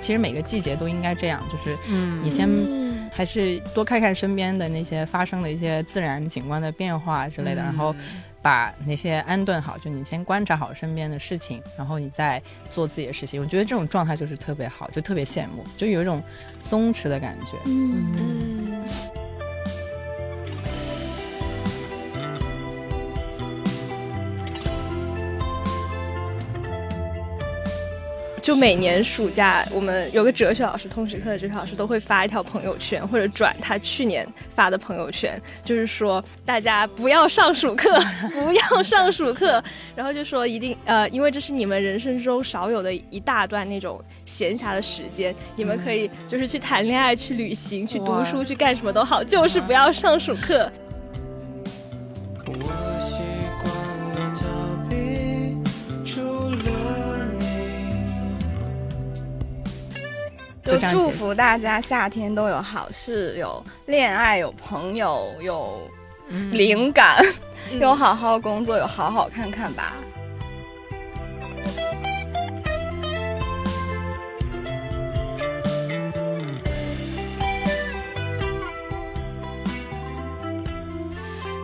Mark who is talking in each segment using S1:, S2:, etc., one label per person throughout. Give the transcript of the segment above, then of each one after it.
S1: 其实每个季节都应该这样，就是你先
S2: 嗯
S1: 还是多看看身边的那些发生的一些自然景观的变化之类的，然后把那些安顿好，就你先观察好身边的事情，然后你再做自己的事情。我觉得这种状态就是特别好，就特别羡慕，就有一种松弛的感觉。
S2: 嗯，就每年暑假，我们有个哲学老师，通识课的哲学老师都会发一条朋友圈，或者转他去年发的朋友圈，就是说大家不要上暑课， 不要上暑课，然后就说一定呃，因为这是你们人生中少有的一大段那种闲暇的时间，你们可以就是去谈恋爱、去旅行、去读
S1: 哇
S2: 书、去干什么都好，就是不要上暑课。
S3: 我习惯了逃避，除了你。
S1: 就
S4: 就
S1: 这样
S4: 祝
S1: 解
S4: 福大家夏天都有好事，有恋爱，有朋友，有灵感，
S1: 嗯
S4: 有好好工作，有好好看看吧。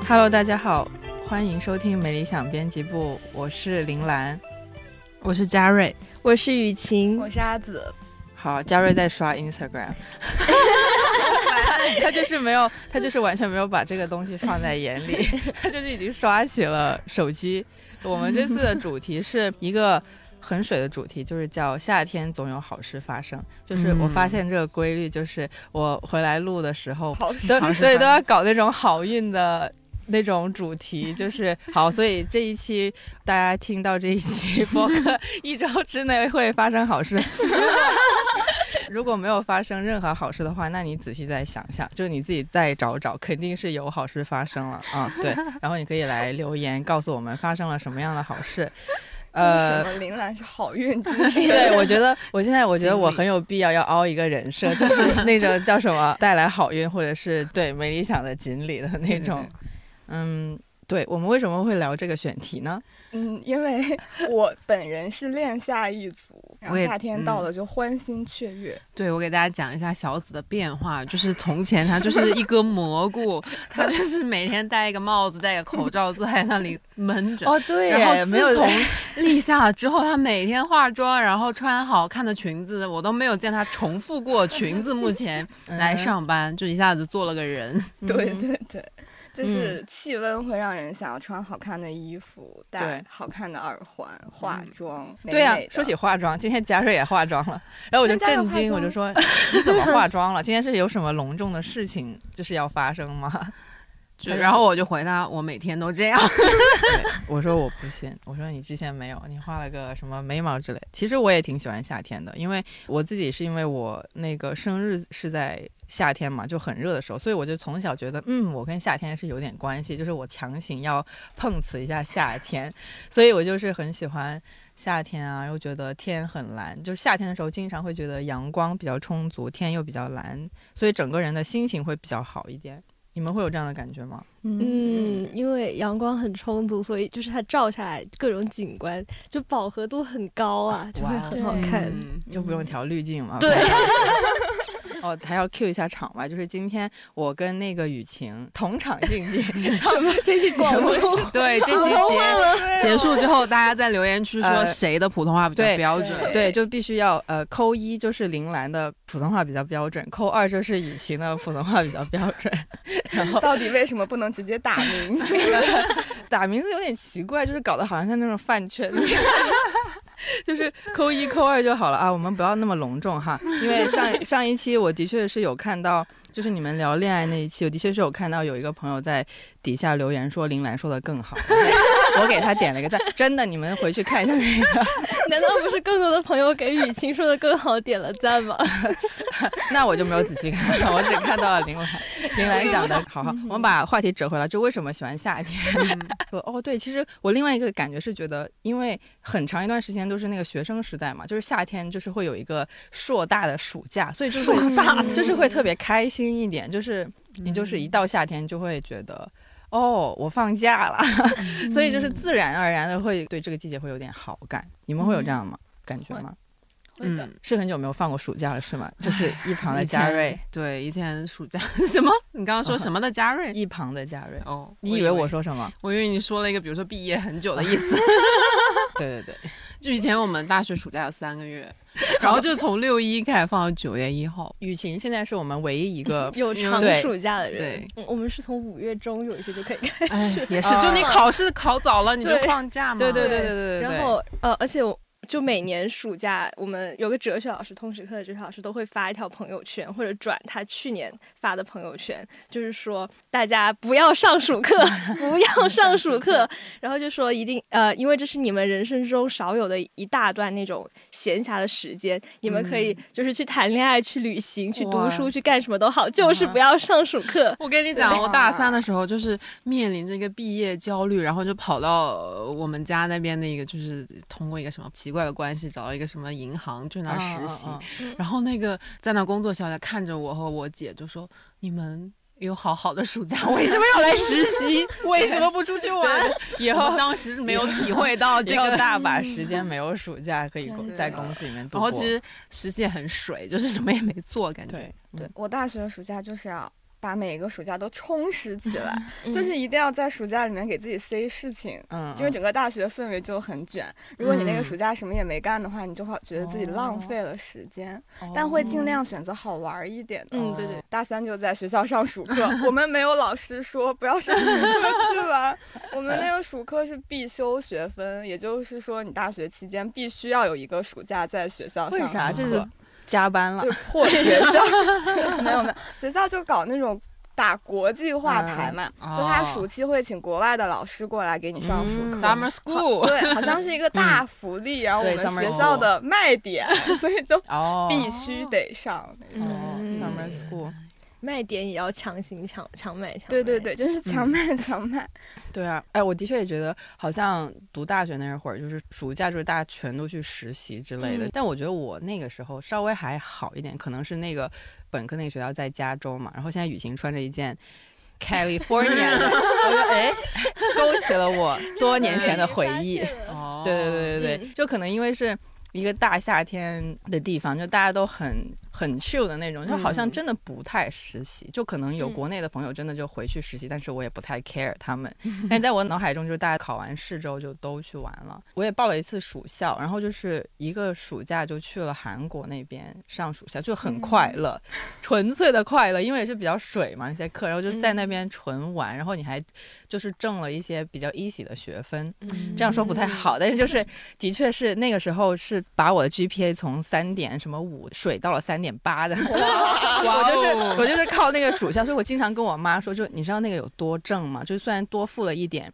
S1: Hello，大家好，欢迎收听《美理想编辑部》，我是林兰。
S5: 我是嘉瑞，
S2: 我是雨晴，
S4: 我是阿紫，
S1: 好，嘉瑞在刷 Instagram，他就是没有，他就是完全没有把这个东西放在眼里， 他就是已经刷起了手机。我们这次的主题是一个很水的主题，就是叫“夏天总有好事发生”。就是我发现这个规律，就是我回来录的时候，都
S5: 好事
S1: 对
S5: 发
S1: 都要搞那种好运的。那种主题就是好，所以这一期大家听到这一期播客，一周之内会发生好 事。如果没有发生任何好事的话，那你仔细再想想，就是你自己再找找，肯定是有好事发生了啊、 对，然后你可以来留言告诉我们发生了什么样的好事。
S4: 什
S1: 呃，
S4: 么铃兰是好运之
S1: 对，我觉得我现在我觉得
S5: 经历
S1: 我很有必要要凹一个人设，就是 那种叫什么带来好运，或者是对没理想的锦鲤的那种。嗯，对我们为什么会聊这个选题呢？
S4: 嗯，因为我本人是恋夏一族，然后
S5: 我也
S4: 夏天到了就欢欣雀跃。
S5: 对我给大家讲一下小紫的变化，就是从前她就是一个蘑菇，她就是每天戴一个帽子，戴个口罩，坐在那里闷着。
S1: 哦，对
S5: 然后
S1: 耶，
S5: 自
S1: 没有
S5: 从 立夏了之后，她每天化妆，然后穿好看的裙子，我都没有见她重复过裙子。目前
S1: 嗯
S5: 来上班，就一下子做了个人。
S4: 对对对，
S1: 嗯
S4: 就是气温会让人想要穿好看的衣服，戴
S1: 对嗯
S4: 好看的耳环，化妆。
S1: 对呀、
S4: 美美的
S1: 说起化妆，今天贾水也化妆了，然后我就
S4: 那贾水
S1: 震
S4: 化
S1: 惊，我就 说你怎么化妆了？今天是有什么隆重的事情就是要发生吗？
S5: 就然后我就回她，我每天都这样。
S1: 我说我不信，我说你之前没有，你画了个什么眉毛之类。其实我也挺喜欢夏天的，因为我自己是因为我那个生日是在夏天嘛，就很热的时候，所以我就从小觉得，嗯，我跟夏天是有点关系，就是我强行要碰瓷一下夏天，所以我就是很喜欢夏天啊，又觉得天很蓝，就是夏天的时候经常会觉得阳光比较充足，天又比较蓝，所以整个人的心情会比较好一点。你们会有这样的感觉吗？
S2: 嗯，因为阳光很充足，所以就是它照下来各种景观就饱和度很高啊，就会
S6: 哦
S1: 哇
S2: 很好看。
S5: 嗯
S1: 就不用调滤镜嘛。
S2: 对。
S1: 哦，还要 Q 一下场外，就是今天我跟那个雨晴同场竞技，他 们这期节目
S5: 对，这集结结束之后，大家在留言区说
S1: 呃
S5: 谁的普通话比较
S1: 对
S5: 标准。
S1: 对就必须要呃扣一就是铃兰的普通话比较标准，扣二就是雨晴的普通话比较标准，然 后
S4: 到底为什么不能直接打 鸣？
S1: 打名字有点奇怪，就是搞得好像像那种饭圈， 就是扣一扣二就好了啊。我们不要那么隆重哈，因为上上一期我的确是有看到，就是你们聊恋爱那一期，我的确是有看到有一个朋友在底下留言说林兰说的更好， 我给他点了个赞，真的，你们回去看一下那个。
S2: 难道不是更多的朋友给雨晴说的更好点了赞吗？
S1: 那我就没有仔细看，我只看到了林兰。林兰讲的好好，我们把话题折回来，就为什么喜欢夏天？
S5: 嗯
S1: 说哦，对，其实我另外一个感觉是觉得，因为很长一段时间都是那个学生时代嘛，就是夏天就是会有一个硕大的暑假，所以就是会就是会特别开心一点，就是
S5: 嗯
S1: 你就是一到夏天就会觉得。哦，我放假了，
S5: 嗯
S1: 所以就是自然而然的会对这个季节会有点好感。你们会有这样吗？感觉吗？
S4: 会的。
S5: 嗯
S1: 是很久没有放过暑假了，是吗？这是一旁的
S5: 以
S1: 嘉
S5: 前
S1: 瑞，
S5: 对，以前暑假 什么？你刚刚说什么的嘉 瑞？
S1: 一旁的嘉瑞。
S5: 哦，
S1: 你以为我？说什么？
S5: 我以为你说了一个，比如说毕业很久的 意思。
S1: 对对对，
S5: 就以前我们大学暑假有三 个月，然后就从六一开始放到九月一号。
S1: 雨晴现在是我们唯一一个
S2: 有长
S1: 对
S2: 暑假的人
S5: 对，
S2: 嗯我们是从五月中有一些就可以开。
S5: 哎，也是，
S1: 啊
S5: 就你考试考早了，你就
S2: 对
S5: 放假嘛。
S1: 对对对对对对对
S2: 然后呃，而且我就每年暑假，我们有个哲学老师，通识课的哲学老师都会发一条朋友圈，或者转他去年发的朋友圈，就是说大家不要上暑课，不要上暑课，然后就说一定呃，因为这是你们人生中少有的一大段那种闲暇的时间，你们可以就是去谈恋爱、去旅行、去
S5: 哇
S2: 读书、去干什么都好，就是不要上暑课。
S5: 我跟你讲，我大三的时候就是面临着一个毕业焦虑，然后就跑到呃我们家那边的一个，就是通过一个什么奇怪的关系找到一个什么银行去那儿实习，
S1: 嗯嗯
S5: 然后那个在那工作小姐看着我和我姐就说：“你们有好好的暑假，为什么要来实 习？为什么不出去玩？”
S1: 以
S5: 我
S1: 后
S5: 当时没有体会到这
S1: 以后
S5: 个。
S1: 大把时间没有暑假可以
S4: 真
S1: 公
S4: 的
S1: 在公司里面度过。
S5: 然后其实实习也很水，就是什么也没做，感觉。
S1: 对
S4: 对我大学的暑假就是要把每个暑假都充实起来，
S2: 嗯
S4: 就是一定要在暑假里面给自己塞事情。
S1: 嗯，
S4: 因为整个大学氛围就很卷，如果你那个暑假什么也没干的话，你就会觉得自己浪费了时间，
S5: 哦
S1: 哦
S4: 但会尽量选择好玩一点的。
S2: 嗯对对，
S4: 大三就在学校上暑课，我们没有老师说不要上暑课去玩，我们那个暑课是必修学分，也就是说你大学期间必须要有一个暑假在学校上
S1: 为
S4: 暑课。
S1: 啥就是加班了
S4: 就？是破学 校，没有没有，学校就搞那种打国际化牌嘛，
S5: 嗯
S4: 就他
S5: 哦
S4: 暑期会请国外的老师过来给你
S1: 嗯
S4: 上暑课。
S5: summer school，
S4: 对，好像是一个大福利，然后我
S1: 对
S4: 们
S1: ，summer
S4: 学校的卖点， 所以就
S1: 哦，
S4: 必须得上那种。
S1: 哦
S2: 嗯
S1: ，summer school。
S2: 卖点也要强行抢强买强
S4: 对对
S2: 卖
S4: 对，
S1: 嗯
S4: 就是强卖强卖。
S1: 对啊，哎，我的确也觉得，好像读大学那会儿，就是暑假就是大家全都去实习之类的。
S2: 嗯
S1: 但我觉得我那个时候稍微还好一点，可能是那个本科那个学校在加州嘛，然后现在雨晴穿着一件 California，的 我觉得哎，勾起了我多年前的回忆。
S5: 哦
S1: 对对对对对，
S2: 嗯
S1: 就可能因为是一个大夏天的地方，就大家都很很 chill 的那种，就好像真的不太实习，就可能有
S2: 嗯
S1: 国内的朋友真的就回去实习，但是我也不太 care 他 们。但在我脑海中，就是大家考完试之后就都去玩了。我也报了一次暑校，然后就是一个暑假就去了韩国那边上暑校，就很快乐，纯粹的快乐，因为也是比较水嘛那些课，然后就在那边纯玩，然后你还就是挣了一些比较 easy 的学分，
S5: 嗯
S1: 这样说不太好，但是就是的确是那个时候是把我的 GPA 从三点什么五水到了三点八的， 我就是我就是靠那个属相，所以我经常跟我妈说，就你知道那个有多挣吗？就是虽然多付了一点。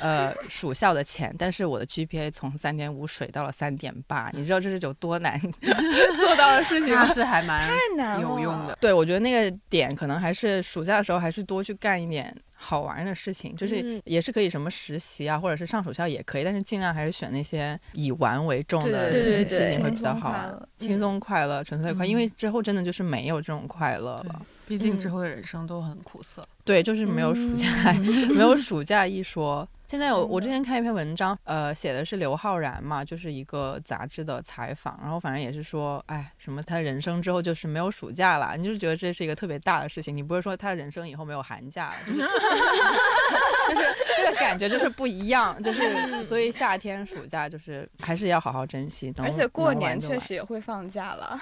S1: 呃，属校的钱，但是我的 GPA 从三点五水到了三点八，你知道这是有多难 做到的事情吗
S5: 那？是还蛮
S4: 太难了
S5: 有用的。
S1: 对，我觉得那个点可能还是暑假的时候，还是多去干一点好玩的事情，就是
S2: 嗯
S1: 也是可以什么实习啊，或者是上暑校也可以，但是尽量还是选那些以玩为重的
S4: 对
S2: 对对
S1: 事情会比较
S4: 轻松
S1: 好
S4: 快
S1: 玩
S4: 乐，
S1: 轻松快乐、纯粹快乐，
S5: 嗯
S1: 因为之后真的就是没有这种快乐了。
S5: 毕竟
S1: 嗯
S5: 之后的人生都很苦涩。
S1: 对，就是没有暑假，
S4: 嗯
S1: 没有暑假一说。现在我我之前看一篇文章，呃，写的是刘昊然嘛，就是一个杂志的采访，然后反正也是说，哎，什么他人生之后就是没有暑假了，你就觉得这是一个特别大的事情，你不会说他人生以后没有寒假了，就是 就是这个感觉就是不一样，就是
S4: 嗯
S1: 所以夏天暑假就是还是要好好珍惜，能
S4: 而且过
S1: 能玩
S4: 年
S1: 就
S4: 确
S1: 玩
S4: 实也会放假了，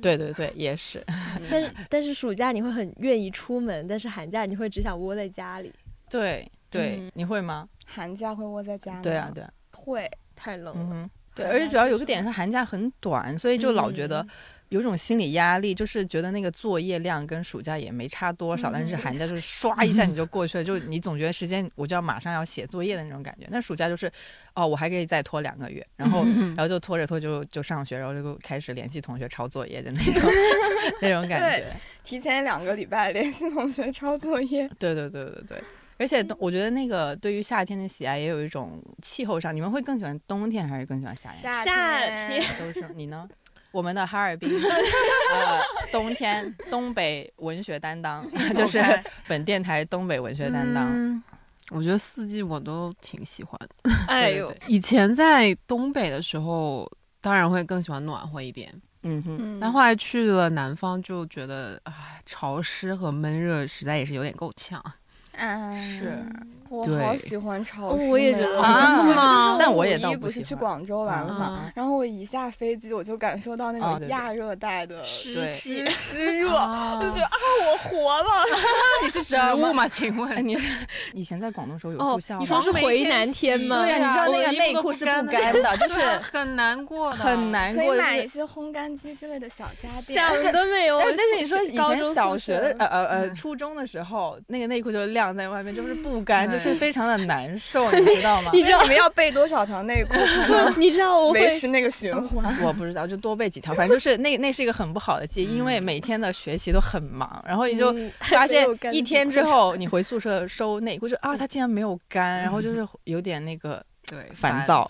S1: 对对对，也是，
S2: 但是但是暑假你会很愿意出门，但是寒假你会只想窝在家里，
S1: 对对，
S4: 嗯
S1: 你会吗？
S4: 寒假会窝在家吗？
S1: 对啊，对啊。
S4: 会。
S2: 太冷
S1: 嗯
S2: 了。
S1: 哼，对，
S4: 寒
S1: 而且
S4: 假
S1: 主要
S4: 结
S1: 有个
S4: 束
S1: 点是嗯寒假很短，所以就老觉得有种心理压力，就是觉得那个作业量跟暑假也没差多少，但是寒假就是唰一下你就过去了，就你总觉得时间我就要马上要写作业的那种感觉。那暑假就是，哦，我还可以再拖两个月，然后然后就拖着拖就就上学，然后就开始联系同学抄作业的那 种那种感
S4: 对
S1: 觉。
S4: 提前两个礼拜联系同学抄作业，
S1: 对对对对对。而且冬我觉得那个对于夏天的喜爱也有一种气候上，你们会更喜欢冬天还是更喜欢夏天？
S4: 夏
S2: 夏
S4: 天
S1: 都是你呢？我们的哈尔滨，呃，冬天东北文学担当，
S2: 嗯
S1: 就是 本电台东北文学担当。
S5: 嗯我觉得四季我都挺喜欢的。
S2: 哎呦
S1: 对，
S5: 以前在东北的时候，当然会更喜欢暖和一点。
S1: 嗯哼，
S4: 嗯
S5: 但后来去了南方，就觉得唉，潮湿和闷热实在也是有点够呛。
S4: 哎
S1: 是，
S4: 我
S5: 对
S4: 好喜欢潮
S2: 哦
S4: 湿呀。
S2: 我也觉得
S5: 啊真的吗
S4: 就是
S1: 但我也
S4: 五一
S1: 倒不
S4: 不是
S1: 喜
S4: 去
S1: 欢
S4: 广州玩了嘛，
S5: 嗯
S4: 然后我一下飞机我就感受到那
S1: 啊
S4: 种
S1: 对对
S4: 亚热带的
S2: 湿
S1: 对
S2: 气
S4: 湿湿热，
S5: 啊
S4: 就觉得啊，我活了。
S5: 那你是食物吗？请
S1: 哎，
S5: 问？
S1: 你以前在广东的时候有
S2: 哦
S1: 住校吗？
S2: 你说是回南天吗
S1: 对呀、
S5: 呀，
S1: 你知道
S5: 我
S1: 那个
S5: 衣服
S1: 内
S5: 都
S1: 裤是不
S5: 干的啊
S1: 干 的，就是
S5: 很难过的，
S1: 很难
S4: 可
S1: 过。
S4: 以
S1: 就
S4: 买一
S1: 是哎
S4: 些烘干机之类的小家电。
S2: 想得美哦！
S1: 但但是你说以
S2: 高
S1: 前
S2: 中
S1: 小
S2: 宿
S1: 学
S2: 舍
S1: 的呃呃呃
S5: 嗯
S1: 初中的时候，那个内裤就晾在外面，就是
S2: 嗯
S1: 不干，
S5: 对
S1: 就是 非常的难受，你知道吗？
S4: 你知道你们要备多少条内裤才 能
S2: 你知道我
S4: 维
S2: 会
S4: 持那个循环？
S1: 我不知道，就多备几条，反正就是那那是一个很不好的记忆，因为每天的学习都很忙，然后你就
S2: 嗯
S1: 发现
S2: 没有干
S1: 一
S2: 净
S1: 天之后，你回宿舍收内裤就啊，它竟然没有干，然后
S2: 嗯
S1: 就是有点那个
S5: 对
S1: 烦躁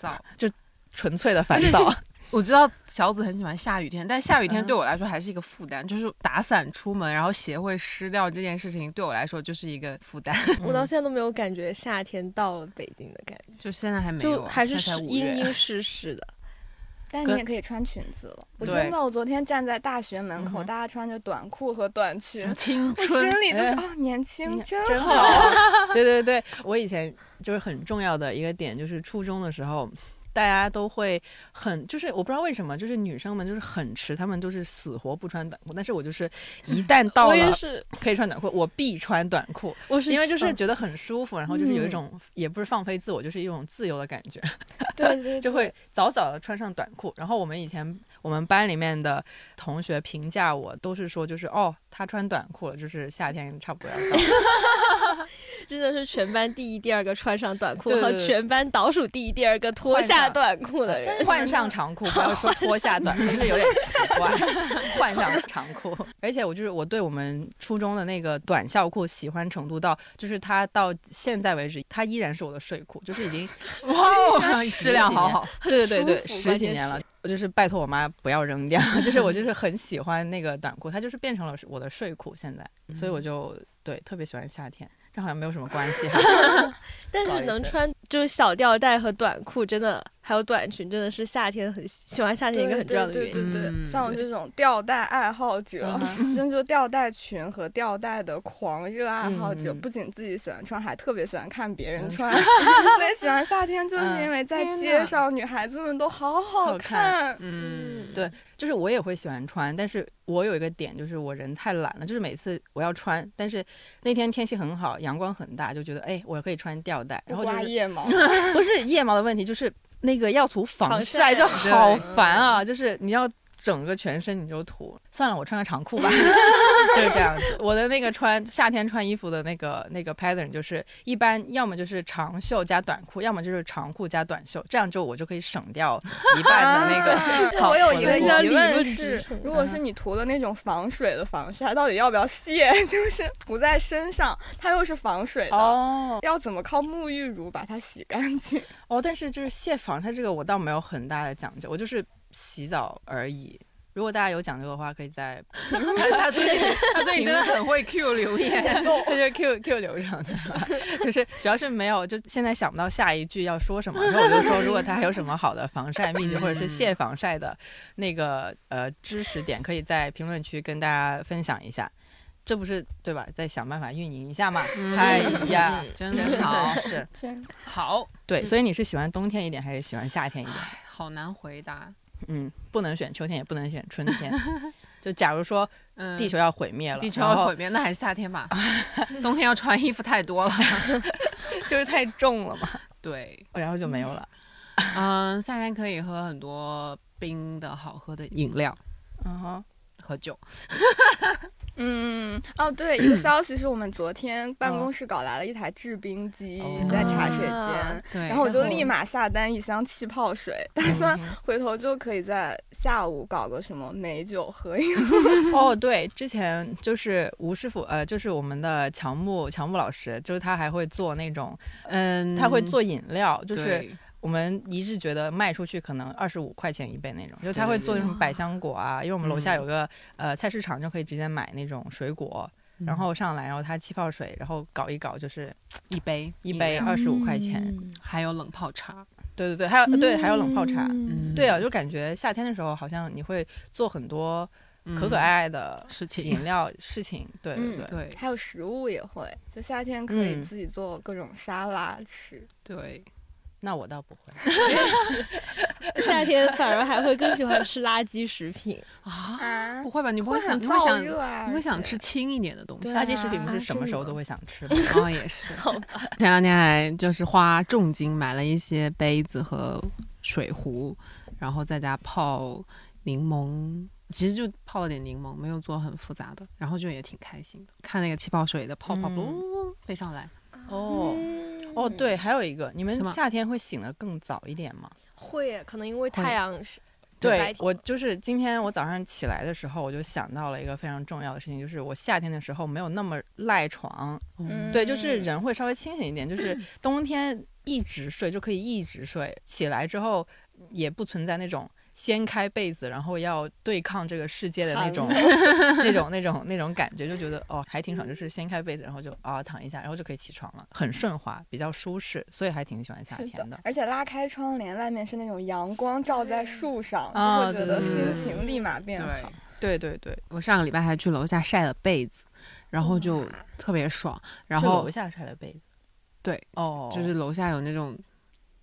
S1: 纯粹的烦
S5: 而且
S1: 躁，
S5: 我知道小紫很喜欢下雨天，但下雨天
S1: 嗯
S5: 对我来说还是一个负担，就是打伞出门，然后鞋会湿掉这件事情对我来说就是一个负担。
S2: 我
S1: 嗯
S2: 到现在都没有感觉夏天到了北京的感觉，
S5: 就现在还没有，
S2: 就
S1: 啊
S5: 啊
S2: 还是
S5: 现在
S2: 湿
S5: 才五
S2: 阴
S5: 月。
S2: 阴湿湿的。
S4: 但
S1: 跟
S4: 你也可以穿裙子了。我
S1: 对
S4: 真的，我昨天站在大学门
S1: 嗯
S4: 口，
S1: 哼
S4: 大家穿着短裤和短裙，
S5: 青
S4: 我心
S5: 春，
S4: 里就是
S1: 哎
S4: 啊，年轻
S1: 嗯
S4: 真
S1: 真
S4: 好。
S1: 好。对对对，我以前就是很重要的一个点，就是初中的时候。大家都会很，就是我不知道为什么，就是女生们就是很迟，她们就是死活不穿短裤。但是我就是一旦到
S2: 我也
S1: 了
S2: 是，
S1: 可以穿短裤，我必穿短裤，
S2: 我是
S1: 因为就是
S2: 嗯
S1: 觉得很舒服，然后就是有一种、也不是放飞自我，就是一种自由的感觉。
S4: 对对，
S1: 就会早早的穿上短裤。然后我们以前我们班里面的同学评价我，都是说就是哦，他穿短裤了，就是夏天差不多要到了。
S2: 真的是全班第一、第二个穿上短裤，
S1: 对对
S2: 和
S1: 对
S2: 全班倒数第一、第二个脱下短裤的人。
S1: 换上长裤，不要说脱下短裤，就是有点奇怪。换上长裤，而且我就是我对我们初中的那个短校裤喜欢程度到，就是它到现在为止，它依然是我的睡裤，就是已经
S5: 哇哦，
S1: 十几
S5: 质量好好，
S1: 对对对
S2: 舒
S1: 对，
S2: 服
S1: 十
S2: 关
S1: 几
S2: 键
S1: 年
S2: 是
S1: 了，我就是拜托我妈不要扔掉， 就是我就是很喜欢那个短裤，它就是变成了我的睡裤，现在，所以
S2: 嗯
S1: 我就对特别喜欢夏天，这好像没有什么关系哈。
S2: 但
S1: 不好
S2: 是
S1: 意思
S2: 能穿就是小吊带和短裤，真的还有短裙，真的是夏天很喜欢夏天一个很重要的原因。
S4: 对对对对
S5: 嗯
S4: 对，像我这种吊带爱好者，
S1: 嗯
S4: 真 就吊带裙和吊带的狂热爱好者，
S1: 嗯嗯嗯
S4: 不仅自己喜欢穿，还特别喜欢看别人穿。 所以喜欢夏天，就是因为在
S5: 嗯
S4: 街上女孩子们都好
S1: 好
S4: 好
S1: 看
S4: 看。
S5: 嗯，
S1: 对就是我也会喜欢穿，但是我有一个点就是我人太懒了，就是每次我要穿，但是那天天气很好，阳光很大，就觉得哎我可以穿吊带，
S4: 不
S1: 然后就
S4: 刮
S1: 是
S4: 腋 毛，
S1: 不是腋毛的问题，就是那个要涂防
S2: 防晒
S1: 晒就
S5: 对
S1: 好烦啊，就是你要整个全身你就涂，算了，我穿个长裤吧， 就是这样子。我的那个穿夏天穿衣服的那个那个 pattern 就是一般要么就是长袖加短裤，要么就是长裤加短袖，这样就我就可以省掉一半的那个。
S4: 啊
S1: 好
S4: 我有
S1: 我
S4: 一个
S1: 的理论嗯
S4: 疑问
S2: 支
S4: 是
S2: 撑，
S4: 如果是你涂了那种防水的防晒，到底要不要卸？ 就是涂在身上，它又是防水的，
S1: 哦
S4: 要怎么靠沐浴乳把它洗干净？
S1: 哦，但是就是卸防晒这个我倒没有很大的讲究，我就是洗澡而已。如果大家有讲究的话，可以在他最近
S5: 他最近真的很会 Q 留 言，
S1: 这就是 Q Q 流畅的，啊就是主要是没有，就现在想不到下一句要说什么，然后我就说，如果他还有什么好的防晒秘诀或者
S5: 嗯
S1: 是卸防晒的那个呃知识点，可以在评论区跟大家分享一下。这不是对吧？再想办法运营一下嘛。
S5: 嗯
S1: 哎呀，
S5: 真
S1: 真
S5: 的
S1: 的
S5: 好
S1: 是
S4: 真
S5: 好
S1: 对，所以你是喜欢冬天一点还是喜欢夏天一点？
S5: 好难回答。
S1: 嗯，不能选秋天，也不能选春天。就假如说
S5: 嗯，
S1: 地球要毁灭了，
S5: 地球
S1: 然
S5: 要
S1: 后
S5: 毁灭，那还是夏天 吧。冬天要穿衣服太多了。
S1: 就是太重了嘛，
S5: 对，
S1: 然后就没有了。
S5: 嗯，夏天可以喝很多冰的好喝的饮料
S1: 嗯哼。
S5: 和酒。
S4: 嗯，哦，对，一个消息是我们昨天办公室搞来了一台制冰机
S1: 嗯哦，
S4: 在茶水
S2: 啊
S4: 间，
S5: 对，
S4: 然后我就
S1: 然后嗯
S4: 立马下单一箱气泡水，打算回头就可以在下午搞个什么美酒喝一喝。
S1: 哦，对，之前就是吴师傅，呃，就是我们的乔木乔木老师，就是他还会做那种，
S5: 嗯，
S1: 他会做饮料，就是
S5: 对
S1: 我们一致觉得卖出去可能二十五块钱一杯那种，就是他
S5: 对
S1: 会
S5: 对
S1: 做那
S5: 对
S1: 种百香果啊，因为我们楼下
S5: 嗯
S1: 有个、呃菜市场就可以直接买那种水果，
S5: 嗯
S1: 然后上来，然后他气泡水，然后搞一搞就是
S5: 一杯嗯
S1: 一杯啊
S2: 嗯
S5: 饮料
S1: 二十五块钱，
S5: 还有冷泡茶。
S1: 对对对，还有呃对还有冷泡茶，
S5: 嗯
S1: 对啊，就感觉夏天的时候好像你会做很多
S5: 嗯
S1: 可可爱爱的
S5: 事情
S1: 饮，料事情，对对
S4: 嗯
S1: 对。
S5: 对
S4: 还有食物也会，就夏天可以
S1: 嗯
S4: 自己做各种沙拉吃。
S5: 对，
S1: 那我倒不会，
S6: 夏天反而还会更喜欢吃垃圾食品，
S5: 啊，
S4: 啊
S5: 不会吧？你不
S4: 会
S5: 想，
S4: 很
S5: 你会
S4: 燥
S5: 想，
S4: 热啊！
S5: 你会想
S4: 而且
S5: 吃轻一点的东西。
S1: 垃圾食品不是什么时候都会想吃吗？
S5: 哦，也是。 前两天还就是花重金买了一些杯子和水壶，然后在家泡柠檬，其实就泡了点柠檬，没有做很复杂的，然后就也挺开心的。看那个气泡水的泡泡
S1: 嗯
S5: 噗噗飞上来，
S1: 哦
S6: 嗯
S1: 哦，对，还有一个，你们
S5: 什么
S1: 夏天会醒得更早一点吗？
S6: 会耶可能因为
S5: 会
S6: 太阳是白
S1: 对
S6: 天
S1: 我就是今天我早上起来的时候，我就想到了一个非常重要的事情，就是我夏天的时候没有那么赖床，
S5: 嗯
S1: 对，就是人会稍微清醒一点，就是 冬天一直睡就可以一直睡，起来之后也不存在那种掀开被子然后要对抗这个世界的那种 那种那种那种感觉，就觉得哦还挺爽，就是掀开被子然后就啊躺一下，然后就可以起床了，很顺滑，比较舒适，所以还挺喜欢夏
S4: 是
S1: 天的。
S4: 而且拉开窗帘，外面是那种阳光照在树上，
S1: 啊
S4: 就会觉得
S1: 对
S5: 对对
S4: 心情立马变
S5: 对
S4: 好。
S1: 对对对，
S5: 我上个礼拜还去楼下晒了被子，然后就特别爽。然
S1: 去
S5: 后
S1: 楼下晒的被子，
S5: 对，
S1: 哦，
S5: 就是楼下有那种。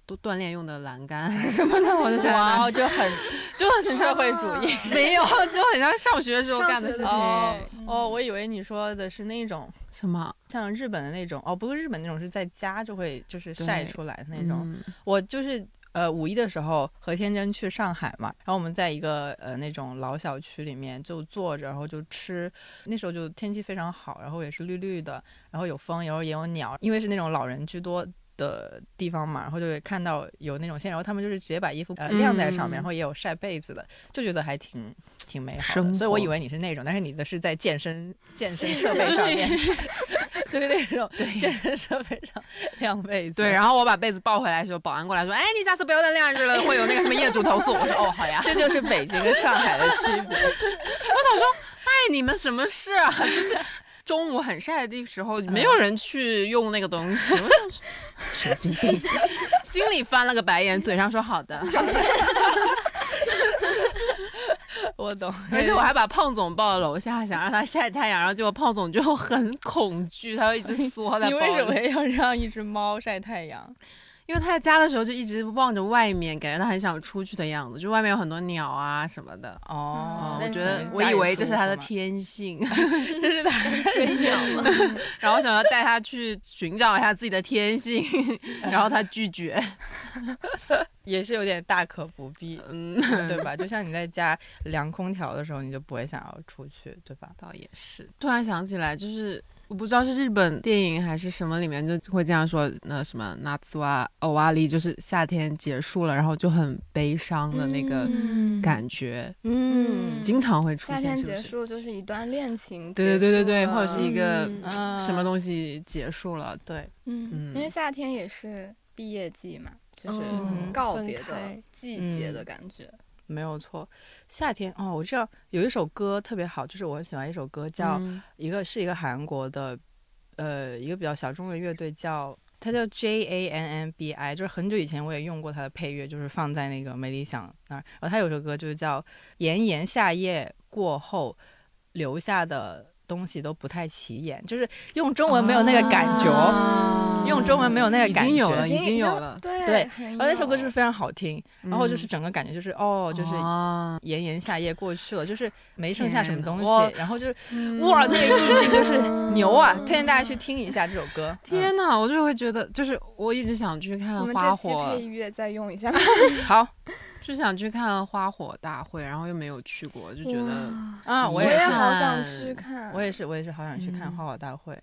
S5: 都锻炼用的栏杆还是什么的，我就想
S1: 哇哦，就很
S5: 就很 社会主义，没有，就很像上学时候干的事情。
S1: 哦 哦，我以为你说的是那种
S5: 什么
S1: 像日本的那种哦，不过日本那种是在家就会就是晒
S5: 对
S1: 出来的那种。
S5: 嗯
S1: 我就是呃五一的时候和天真去上海嘛，然后我们在一个呃那种老小区里面就坐着，然后就吃。那时候就天气非常好，然后也是绿绿的，然后有风，然后也有鸟，因为是那种老人居多。的地方嘛，然后就会看到有那种线，然后他们就是直接把衣服呃晾在上面，
S5: 嗯
S1: 然后也有晒被子的，就觉得还挺挺美好
S5: 生
S1: 的。所以我
S5: 活
S1: 以为你是那种，但是你的是在健身健身设备上面，就是那种健身设备上晾被子。
S5: 对，然后我把被子抱回来的时候，保安过来说：“哎，你下次不要再晾着了，会有那个什么业主投诉。”我说：“哦，好 呀。”
S1: 这就是北京跟上海的区别。
S5: 我想说，碍哎你们什么事啊？就是中午很晒的时候，没有人去用那个东西，我想说神经病，心里翻了个白眼，嘴上说好 的。
S1: 我懂，
S5: 而且我还把胖总抱到楼下，想让他晒太阳，然后结果胖总就很恐惧，他就一直缩 在
S1: 你
S5: 包
S1: 为什么
S5: 里，
S1: 要让一只猫晒太阳？
S5: 因为他在家的时候就一直望着外面，感觉他很想出去的样子，就外面有很多鸟啊什么的。
S1: 哦
S5: 嗯，我觉得我以为这是他的，天性，
S1: 这是他
S6: 追鸟 嘛，
S5: 然后想要带他去寻找一下自己的天性， 然后他拒绝。
S1: 也是有点大可不必，
S5: 嗯，
S1: 对吧？就像你在家凉空调的时候，你就不会想要出去，对吧？
S5: 倒也是。突然想起来，就是我不知道是日本电影还是什么里面就会这样说，那什么那兹哇欧瓦里，就是夏天结束了，然后就很悲伤的那个
S6: 嗯
S5: 感觉，
S1: 嗯
S5: 经常会出
S4: 夏天
S5: 现，是不
S4: 结
S5: 是？
S4: 束就是一段恋情结束
S5: 对
S4: 了，
S5: 对对对对，或者是一个
S6: 嗯
S5: 什么
S1: 都
S5: 东西结束了，
S1: 对，
S6: 嗯，
S5: 嗯
S4: 因，为夏天也是毕业季嘛，就是
S6: 嗯
S4: 告
S6: 分
S4: 别的
S6: 开
S4: 季节
S1: 嗯
S4: 的感觉。
S1: 没有错。夏天哦，我知道有一首歌特别好，就是我很喜欢一首歌叫
S5: 嗯
S1: 一个是一个韩国的，呃，一个比较小众的乐队叫。它叫 J A N N B I，就是很久以前我也用过它的配乐，就是放在那个美理想那儿。然后它有首歌就是叫《炎炎夏夜过后留下的东西都不太起眼》，就是用中文没有那个感觉，
S5: 啊
S1: 用中文没有那个
S5: 已
S1: 感
S5: 经
S1: 觉。
S5: 有了，
S1: 然
S5: 已经有
S4: 就
S5: 了。
S4: 对
S1: 对
S4: 很
S1: 后那首歌
S4: 有
S1: 就是非常好听，
S5: 然
S1: 然后就是整个感觉就是嗯哦，就是
S5: 啊，
S1: 炎炎夏夜过去了，就是没剩下什么
S5: 天
S1: 东
S5: 呐嗯哇
S1: 西，然后就是哇，那个意境就是牛啊！推荐大家去听一下这首歌。
S5: 天呐，我就会觉得，就是我一直想去看
S4: 我们
S5: 花
S4: 这期
S5: 火
S4: 配，乐再用一 下，
S1: 嗯好
S5: 就想去看花火大会，然后又没有去过，就觉得
S1: 啊，我
S5: 嗯也
S1: 也
S5: 是
S1: 是，
S4: 好想去看，
S1: 我也是，我也是，好想去看
S5: 嗯
S1: 花火大会。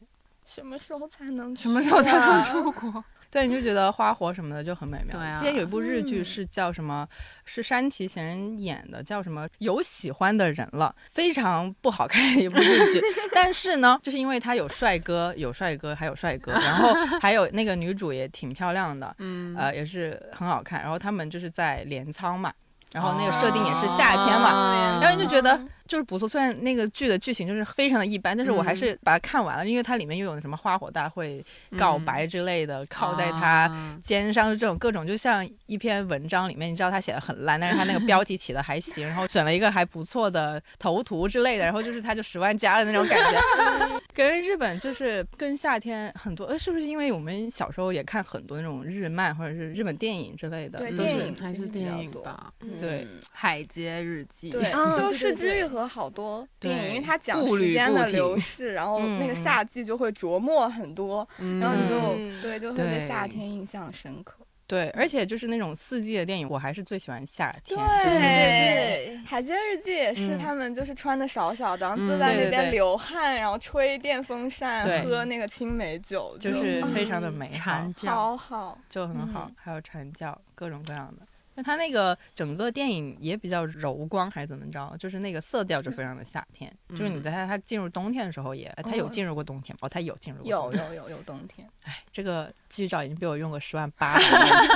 S4: 什么时候才能
S5: 什么时候才能
S4: 去啊？
S5: 出国？
S1: 对，你就觉得花火什么的就很美妙。
S5: 对啊
S1: 之前有一部日剧
S4: 嗯
S1: 是叫什么？是山崎贤人演的，叫什么？有喜欢的人了，非常不好看的一部日 剧。但是呢，就是因为他有帅哥，有帅哥，还有帅哥，然后 还有那个女主也挺漂亮的，
S5: 嗯，
S1: 呃，也是很好看。然后他们就是在镰仓嘛，然后那个设定也是夏天嘛，
S5: 啊
S1: 然后你就觉得就是不错。虽然那个剧的剧情就是非常的一般，但是我还
S4: 嗯
S1: 是把它看完了，因为它里面又有什么花火大会、告
S5: 嗯
S4: 嗯
S1: 白之类的，靠在他
S5: 啊
S1: 肩上这种各种，就像一篇文章里面，你知道他写的很烂，但是他那个标题起的还行，然后选了一个还不错的头图之类的，然后就是他就十万加的那种感觉。 跟日本就是跟夏天很多，呃，是不是因为我们小时候也看很多那种日漫或者是日本电影之类的，
S4: 对
S1: 都
S4: 电
S1: 是
S4: 影
S5: 还是
S4: 其实比
S5: 电
S4: 较
S5: 影
S4: 多
S5: 吧，
S4: 嗯
S1: 对
S5: 海街日记》
S4: 对，
S2: 啊
S4: 就
S2: 对
S4: 《是
S2: 对
S4: 之
S2: 对
S4: 愈合》好多
S5: 对
S4: 电影，因为它讲
S5: 步履
S4: 时间
S5: 不
S4: 的
S5: 停
S4: 流逝，然后那个
S1: 嗯嗯
S4: 夏季就会琢磨很多，
S5: 嗯，
S4: 然后你就、
S6: 嗯
S4: 对就会对夏
S5: 对
S4: 天印象深刻。
S1: 对，而且就是那种四季的电影，我还是最喜欢夏天。
S4: 对
S2: 对，
S4: 海街日记也是
S1: 嗯
S4: 他们就是穿的少少的，然后坐
S5: 嗯
S4: 在
S1: 对
S4: 那
S1: 对
S4: 边
S1: 对
S4: 流汗，然后吹电风
S1: 对
S4: 扇，喝那个青梅酒，
S1: 就
S4: 就是啊
S1: 非常的美好
S5: 嗯蝉，嗯叫，
S4: 好好。
S1: 就很好，还有蝉叫，各种各样的。那它那个整个电影也比较柔光，还是怎么着？就是那个色调就非常的夏天，
S5: 嗯
S1: 就是你在它它进入冬天的时候也，哎它有
S4: 哦
S1: 进入过冬天吗哦，它有进入过冬
S4: 有
S1: 天。
S4: 有有有冬天，
S1: 这个剧照已经被我用过十万八千次了，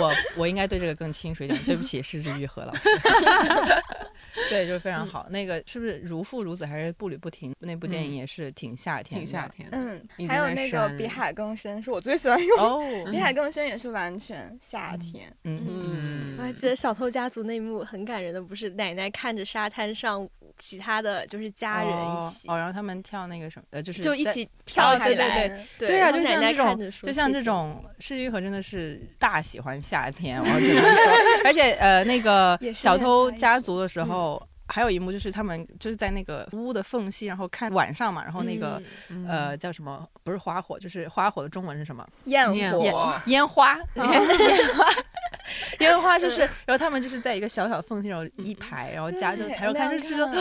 S1: 我我应该对这个更清楚一点。对不起，失之愈合老师。对，就是非
S5: 嗯
S1: 常好。那个是不是如父如子还是步履不停？那部电影也是挺夏天的，
S5: 嗯挺夏天哎的。
S4: 嗯
S5: 已，
S4: 还
S5: 经
S4: 有
S5: 在
S4: 那个
S5: 山
S4: 比
S5: 里
S4: 海更深是我最喜欢用，
S1: 哦，
S4: 比海更深也是完全夏天，
S1: 嗯
S5: 嗯
S2: 我还记得《小偷家族》那一幕很感人的，不是奶奶看着沙滩上其他的就是家人一起，
S1: 哦，哦然后他们跳那个什么，呃，就是
S2: 就一
S1: 在。
S2: 起跳
S1: 哦
S2: 起
S1: 对
S2: 来。
S1: 对
S4: 对，
S2: 对
S1: 对啊，
S2: 然后
S1: 就像
S2: 奶奶
S1: 这种
S2: 看着，说
S1: 就像
S2: 谢
S1: 这
S2: 谢
S1: 种，世玉和真的是大喜欢夏天，我只能说，而且呃，那个
S4: 也是
S1: 小
S4: 要
S1: 偷
S4: 加一
S1: 家族的
S2: 嗯
S1: 时候。还有一幕就是他们就是在那个屋的缝隙，然后看晚上嘛，然后那个、
S5: 嗯
S2: 嗯
S1: 呃叫什么？不是花火，就是花火的中文是什么？
S5: 焰
S4: 焰
S1: 烟
S4: 火，
S1: 烟花，
S2: 哦
S1: 烟花， 烟花就是，然后他们就是在一个小小缝隙，然后一排，然后家就
S4: 对
S1: 抬头
S4: 那
S1: 看，
S4: 样
S1: 就是觉得
S4: 看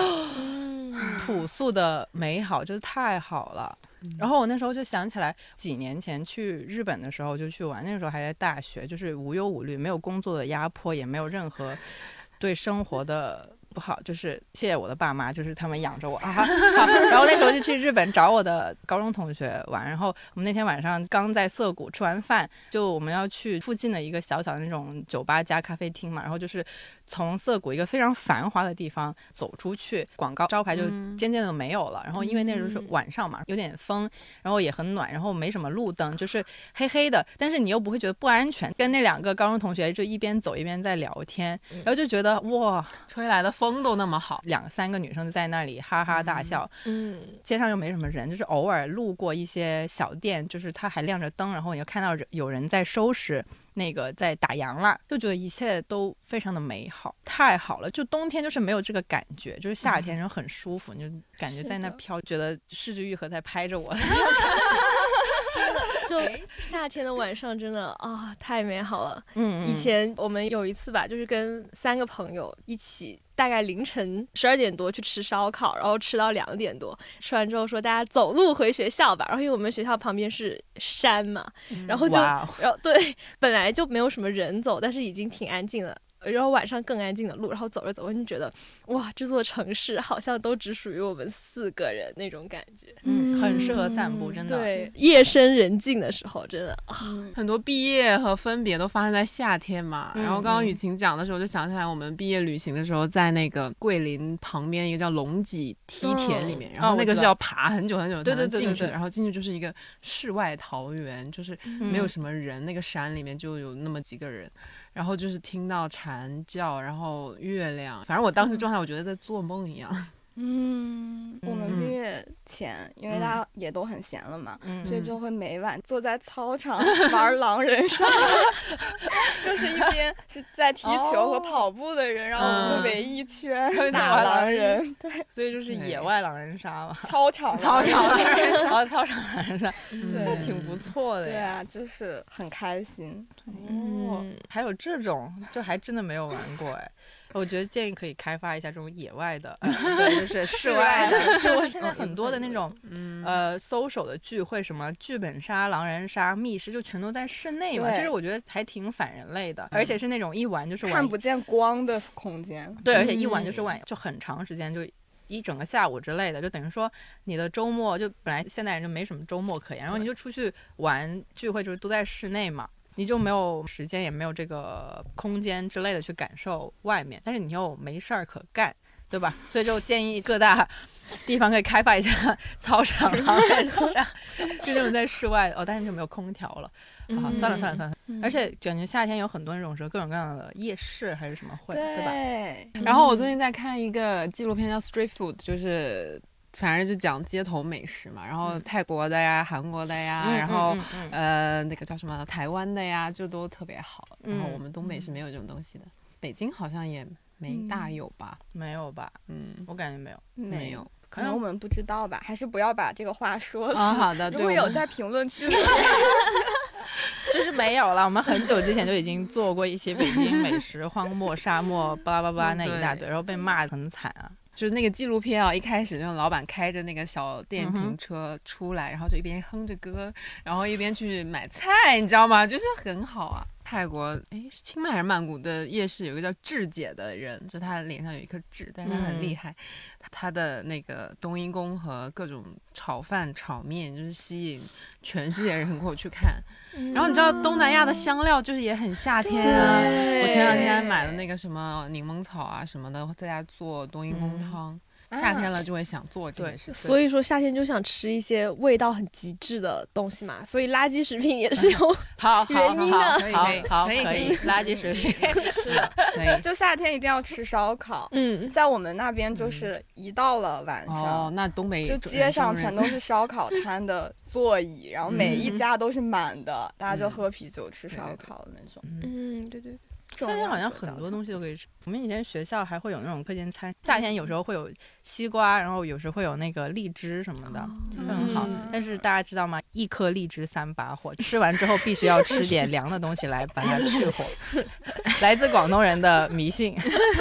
S1: 朴素的美好，就是太好了。然后我那时候就想起来，几年前去日本的时候就去玩，那个时候还在大学，就是无忧无虑，没有工作的压迫，也没有任何对生活的不好，就是谢谢我的爸妈，就是他们养着我啊。好， 然后那时候就去日本找我的高中同学玩，然后我们那天晚上刚在涩谷吃完饭，就我们要去附近的一个小小的那种酒吧加咖啡厅嘛，然后就是从涩谷一个非常繁华的地方走出去，广告招牌就渐渐的没有了。然后因为那时候是晚上嘛，有点风，然后也很暖，然后没什么路灯，就是黑黑的，但是你又不会觉得不安全。跟那两个高中同学就一边走一边在聊天，然后就觉得哇，
S5: 吹来的风都那么好，
S1: 两三个女生就在那里哈哈大笑，
S6: 嗯，
S1: 街上又没什么人，就是偶尔路过一些小店，就是它还亮着灯，然后你就看到人有人在收拾。那个在打烊了，就觉得一切都非常的美好，太好了。就冬天就是没有这个感觉，就是夏天人很舒服，你就感觉在那
S4: 是的
S1: 飘，觉得视之愈合在拍着我。
S2: 就夏天的晚上真的啊、太美好了。
S1: 嗯
S2: 以前我们有一次吧，就是跟三个朋友一起，大概凌晨十二点多去吃烧烤，然后吃到两点多，吃完之后说大家走路回学校吧。然后因为我们学校旁边是山嘛，然后就
S1: 哇哦
S2: 然后对，本来就没有什么人走，但是已经挺安静了。然后晚上更安静的路，然后走着走着，你觉得哇，这座城市好像都只属于我们四个人那种感觉。
S1: 嗯，很适合散步，真的。
S6: 嗯
S2: 对，夜深人静的时候，真的
S4: 嗯
S5: 很多毕业和分别都发生在夏天嘛。
S1: 嗯
S5: 然后刚刚雨晴讲的时候，就想起来我们毕业旅行的时候，在那个桂林旁边一个叫龙脊梯田里面，然后那
S1: 嗯
S5: 个
S1: 哦我知
S5: 是
S1: 道
S5: 要爬很久很久才
S1: 对对
S5: 能
S1: 对对
S5: 进去的，
S1: 对
S5: 然后进去就是一个世外桃源，就是没
S1: 嗯
S5: 有什么人，那个山里面就有那么几个人，然后就是听到蝉叫，然后月亮，反正我当
S1: 嗯
S5: 时状态，我觉得在做梦 一样。
S4: 嗯，我们
S5: 嗯
S4: 毕业前，因为大家也都很闲了嘛，
S1: 嗯
S4: 所以就会每晚坐在操场玩狼人杀， 就是一边是在踢球和跑步的人，然后我们
S5: 嗯
S4: 就围一圈
S1: 们
S4: 打
S1: 打狼
S4: 狼人，对，
S1: 所以就是野外狼人杀嘛，
S4: 操场
S5: 操
S4: 狼人
S5: 场
S4: 杀
S1: 人 杀，操
S5: 狼
S1: 场狼人杀，那
S4: 对
S1: 挺不错的
S4: 对
S1: 呀。
S4: 啊，就是很开心。
S1: 哦，还有这种，就还真的没有玩过哎。我觉得建议可以开发一下这种野外的，呃对， 就是室外的。哦就是我现在很多的那种，
S5: 嗯
S1: 呃，social 的聚会，什么剧本杀、狼人杀、密室，就全都在室内嘛。
S4: 对
S1: 其实我觉得还挺反人类的，而且是那种一玩就是玩
S4: 看不见光的空间，
S1: 对，而且一玩就是玩、就很长时间，就一整个下午之类的，就等于说你的周末就本来现代人就没什么周末可言，然后你就出去玩聚会，就是都在室内嘛。你就没有时间，也没有这个空间之类的去感受外面，但是你又没事儿可干，对吧？所以就建议各大地方可以开发一下操场啊旁边的沙，就那种在室外的哦，但是就没有空调了啊，算了算了算了，而且感觉夏天有很多那种什么各种各样的夜市还是什么会，对吧？
S5: 对。然后我最近在看一个纪录片叫《Street Food》，就是反正就讲街头美食嘛，然后泰国的呀、韩国的呀，
S1: 嗯
S5: 然后、
S1: 嗯嗯嗯
S5: 呃那个叫什么台湾的呀，就都特别好。然后
S1: 嗯
S5: 我们东北是没有这种东西的，北京好像也没大有吧？
S1: 没有吧？
S5: 嗯，
S1: 我感觉没有。嗯
S5: 没有。
S4: 可能我们不知道吧，还是不要把这个话说死。
S5: 啊，好的，
S4: 如
S5: 对，
S4: 果
S5: 我
S4: 有
S5: 们
S4: 在评论区，
S1: 就是没有了。我们很久之前就已经做过一些北京美食、荒漠、沙漠、巴拉巴拉那一大堆，然后被骂的很惨啊。
S5: 就是那个纪录片啊，一开始就是老板开着那个小电瓶车出来，然后就一边哼着歌，然后一边去买菜，你知道吗？就是很好啊。泰国诶，是清迈还是曼谷的夜市有一个叫智姐的人，就她脸上有一颗痣，但是她很厉害。她她的那个冬阴功和各种炒饭、炒面，就是吸引全世界人过去看。然后你
S6: 嗯
S5: 知道东南亚的香料就是也很夏天啊，我前两天买了那个什么柠檬草啊什么的，在家做冬阴功汤。夏天了就会想做这
S1: 对
S5: 件事，
S1: 以
S6: 所以说夏天就想吃一些味道很极致的东西嘛，所以垃圾食品也是有
S1: 好好
S6: 原因
S1: 好
S6: 呢
S5: 可以
S1: 好
S5: 可以
S1: 好
S5: 可以
S1: 可以，垃圾食 品。
S5: 可 以。
S4: 就夏天一定要吃烧烤。
S6: 嗯
S4: 在我们那边就是一到了晚上，
S5: 哦，那东北
S4: 啊就
S5: 人
S4: 街上
S5: 是
S4: 全都是烧烤摊 的座椅，然后每
S1: 嗯
S4: 一家都是满的，大家就喝啤酒、吃烧烤的那种。
S6: 嗯，对对，
S4: 这种
S1: 夏天好
S4: 晚
S1: 像
S4: 上
S1: 很多东西都可以吃。我们以前学校还会有那种课间餐，夏天有时候会有西瓜，然后有时候会有那个荔枝什么
S6: 哦
S1: 的，哦就很好。
S6: 嗯
S1: 但是大家知道吗？一颗荔枝三把火，吃完之后必须要吃点凉的东西来把它去 火，来自广东人的迷信。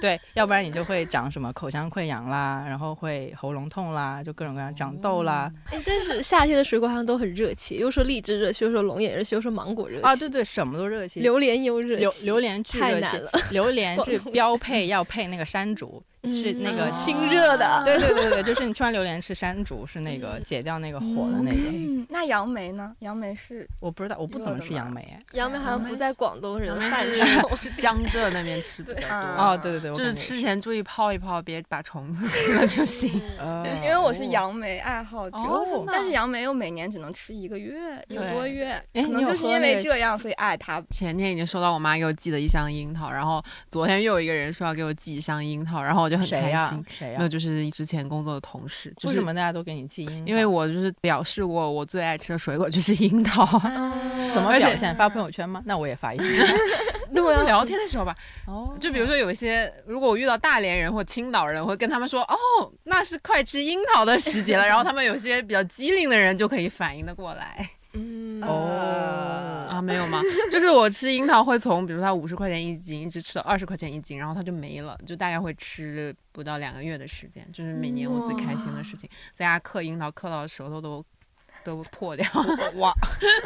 S1: 对，要不然你就会长什么口腔溃疡啦，然后会喉咙痛啦，就各种各样长痘啦。
S6: 哎但是夏天的水果好像都很热气，又说荔枝热气，又说龙眼热气，又说芒果热气，
S1: 啊，对对，什么都热气。
S6: 榴莲也有 热
S1: 榴
S6: 气，
S1: 榴莲巨
S6: 太
S1: 热
S6: 难
S1: 气，
S6: 了，
S1: 榴莲是
S6: 广东
S1: 标配，要配那个山竹，是那个
S6: 嗯
S1: 清。
S6: 清热的，
S1: 对对对对，就是你吃完榴莲吃山竹，是那个解掉那个火的那个。
S4: 嗯，那杨梅呢？杨梅是
S1: 我不知道，我不怎么吃杨梅哎。
S6: 杨梅好像不在广东人
S5: 我
S6: 的
S5: 们
S6: 范畴。
S5: 是是江浙那边吃比较
S4: 嗯
S5: 多，
S1: 哦，对对对，我
S5: 就是
S1: 感觉
S5: 吃前注意泡一泡，别把虫子 吃了就 行。
S1: 呃，
S4: 因为我是杨梅爱好者，
S5: 哦真的啊
S4: 但是杨梅又每年只能吃一个月，一个多月，
S1: 哎
S4: 可
S1: 你
S4: 能
S1: 有
S4: 就是
S1: 喝
S4: 因
S1: 那
S4: 为
S1: 个
S4: 这样，所以爱它。
S5: 前天已经收到我妈给我寄的一箱樱桃，然后昨天又有一个人说要给我寄一箱樱桃，然后我就很
S1: 谁
S5: 开
S1: 呀
S5: 心。
S1: 谁
S5: 那
S1: 呀？
S5: 就是之前工作的同事，就
S1: 为
S5: 是
S1: 什么大家都给你寄樱桃？
S5: 因为我就是表示过我最爱吃的水果就是樱桃，
S4: 啊
S1: 哦怎么
S5: 而且
S1: 表现？发朋友圈吗？那我也发一些。
S5: 就聊天的时候吧，
S1: 哦，
S5: 就比如说有一些，如果我遇到大连人或青岛人，我会跟他们说，哦，那是快吃樱桃的时节了，然后他们有些比较机灵的人就可以反应的过来
S6: 嗯，
S1: 哦，
S5: 啊，没有吗？就是我吃樱桃会从，比如说它五十块钱一斤，一直吃到二十块钱一斤，然后它就没了，就大概会吃不到两个月的时间，就是每年我最开心的事情，在家嗑樱桃嗑到舌头都都破掉，
S1: 哇，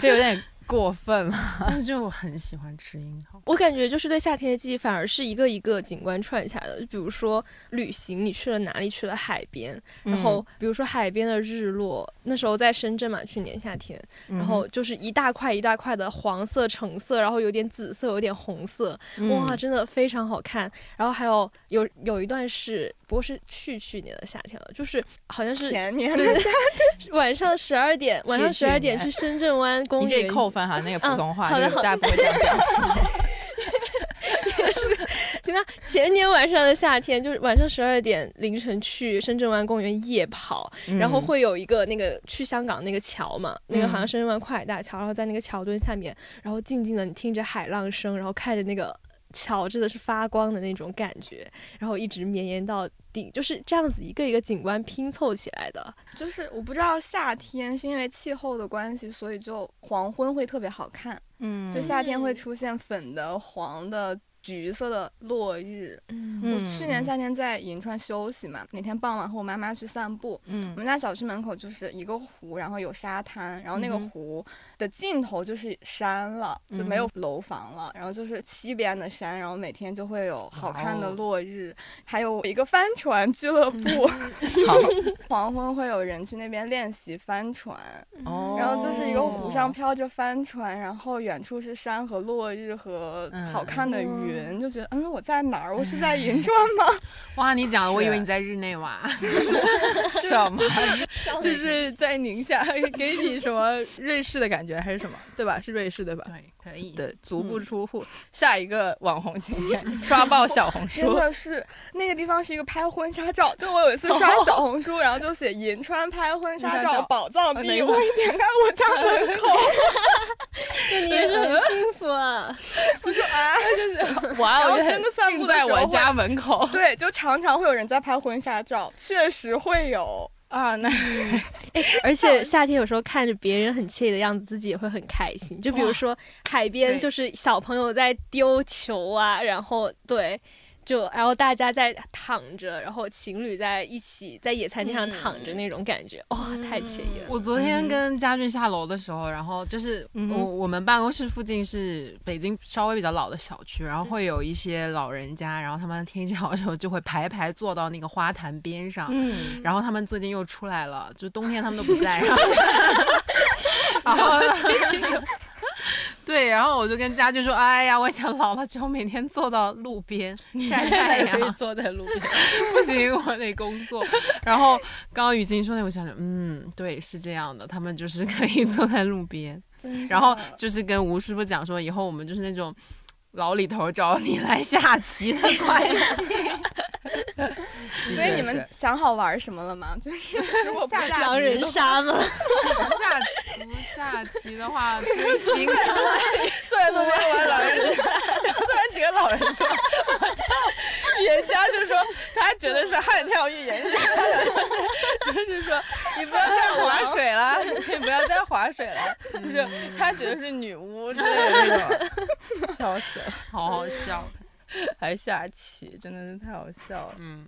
S1: 这有点过分了。
S5: 但是就很喜欢吃樱桃。
S6: 我感觉就是对夏天的记忆，反而是一个一个景观串起来的。就比如说旅行，你去了哪里？去了海边，然
S1: 嗯
S6: 后比如说海边的日落，那时候在深圳嘛，去年夏天，
S1: 嗯，
S6: 然后就是一大块一大块的黄色、橙色，然后有点紫色，有点红色，
S1: 嗯
S6: 哇，，真的非常好看。然后还有有有一段是，不过是去去年的夏天了，就是好像是
S4: 前年
S6: 对 晚上十二点，晚上
S1: 去
S6: 十
S1: 去
S6: 二点
S1: 年
S6: 去深圳湾公
S1: 你
S6: 园，
S1: 这里扣分哈，那个普通话
S6: 嗯好
S1: 就
S6: 的
S1: 是大家不会这样表 示。
S6: 行吧，前年晚上的夏天，就是晚上十二点凌晨去深圳湾公园夜跑，
S1: 嗯
S6: 然后会有一个那个去香港那个桥嘛，那个好像深圳湾跨海大桥，然后在那个桥墩下面，然后静静的你听着海浪声，然后看着那个桥真的是发光的那种感觉，然后一直绵延到顶，就是这样子一个一个景观拼凑起来的。
S4: 就是我不知道夏天是因为气候的关系，所以就黄昏会特别好看，
S1: 嗯，
S4: 就夏天会出现粉的、黄的。橘色的落日，
S6: 嗯
S1: 嗯
S4: 我去年夏天在银川休息嘛，哪天傍晚和我妈妈去散步，我
S1: 嗯
S4: 们家小区门口就是一个湖，然后有沙滩，然后那个
S1: 嗯哼嗯
S4: 湖的尽头就是山了，就没有楼房了，然后就是西边的山，然后每天就会有好看的
S1: 哇哦
S4: 落日，还有一个帆船俱乐部，
S1: 好，
S4: 黄昏会有人去那边练习帆船，
S1: 哦
S4: 然后就是一
S1: 嗯
S4: 个湖上飘着帆船，然后远处是山和落日和好看的云，云，就觉得嗯，我在哪儿？我是在银川 吗？
S7: 哇，你讲了，我以为
S1: 是
S7: 你在日内 瓦。
S1: 什么？就是在宁夏，给你什么瑞士的感觉还是什么？对吧？是瑞士对吧？
S7: 对，可以。
S1: 对，嗯足不出户。下一个网红景点，刷爆小红
S4: 真
S1: 书。
S4: 的是那个地方是一个拍婚纱照，就我有一次刷
S1: 哦
S4: 小红书，然后就写银川拍婚纱照宝藏
S1: 呃哪
S4: 地，
S1: 一
S4: 我一点开我家门 口，
S6: 那 你也是很幸福啊。
S1: 哇
S4: 然
S1: 哦，
S4: 后
S1: 就很
S4: 真的散步
S1: 近
S4: 的时
S1: 在
S4: 候
S1: 我
S4: 会
S1: 家门口
S4: 对，就常常会有人在拍婚纱照，确实会有。
S1: 啊！那
S6: 而且夏天有时候看着别人很惬意的样子，自己也会很开心。就比如说海边，
S7: 对
S6: 就是小朋友在丢球啊，然后对，就然后大家在躺着，然后情侣在一起在野餐垫上躺着那种感觉，哇、太惬意
S5: 嗯
S6: 了。
S7: 我昨天跟佳俊下楼的时候，然后就是我、
S1: 嗯哼
S7: 我们办公室附近是北京稍微比较老的小区，然后会有一些老人家，然后他们天气好的时候就会排排坐到那个花坛边上。
S1: 嗯，
S7: 然后他们最近又出来了，就冬天他们都不 在， 然后，然后，对，然后我就跟佳俊说，哎呀，我想老了之后每天坐到路边
S1: 嗯
S7: 晒太
S1: 可以
S7: 阳，
S1: 坐在路边。
S7: 不行，我得工作。然后刚刚雨欣说那，我想想，嗯，对，是这样的，他们就是可以坐在路边，然后就是跟吴师傅讲说，以后我们就是那种老李头找你来下棋的关系。
S4: 所以你们想好玩什么了吗？就是如果不下
S6: 狼人杀吗？
S7: 不下不下棋的话，追星
S1: 坐在路边玩老人杀，突然几个老人说，严家就说他觉得是悍跳预言家，就是说你不要再划水了，你不要再划水了，就是他觉得是女巫之类的那种，笑死了，
S7: 好好笑。
S1: 还下棋，真的是太好笑了。
S7: 嗯，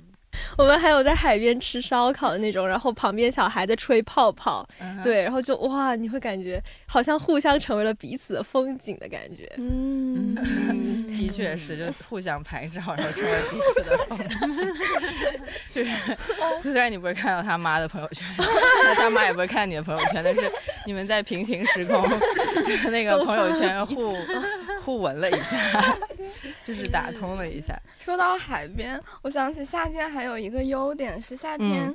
S6: 我们还有在海边吃烧烤的那种，然后旁边小孩在吹泡泡，
S1: 嗯，
S6: 对，然后就哇，你会感觉好像互相成为了彼此的风景的感觉。
S2: 嗯，
S1: 的
S4: 嗯
S1: 确是，就互相拍照，然后成为彼此的朋 友。就是，虽然你不会看到他妈的朋 友圈，他妈也不会看你的朋友圈，但是你们在平行时空那个朋友圈互 互文了一下，就是
S4: 嗯
S1: 打通了一下。
S4: 说到海边，我想起夏天还有一个优点是夏天，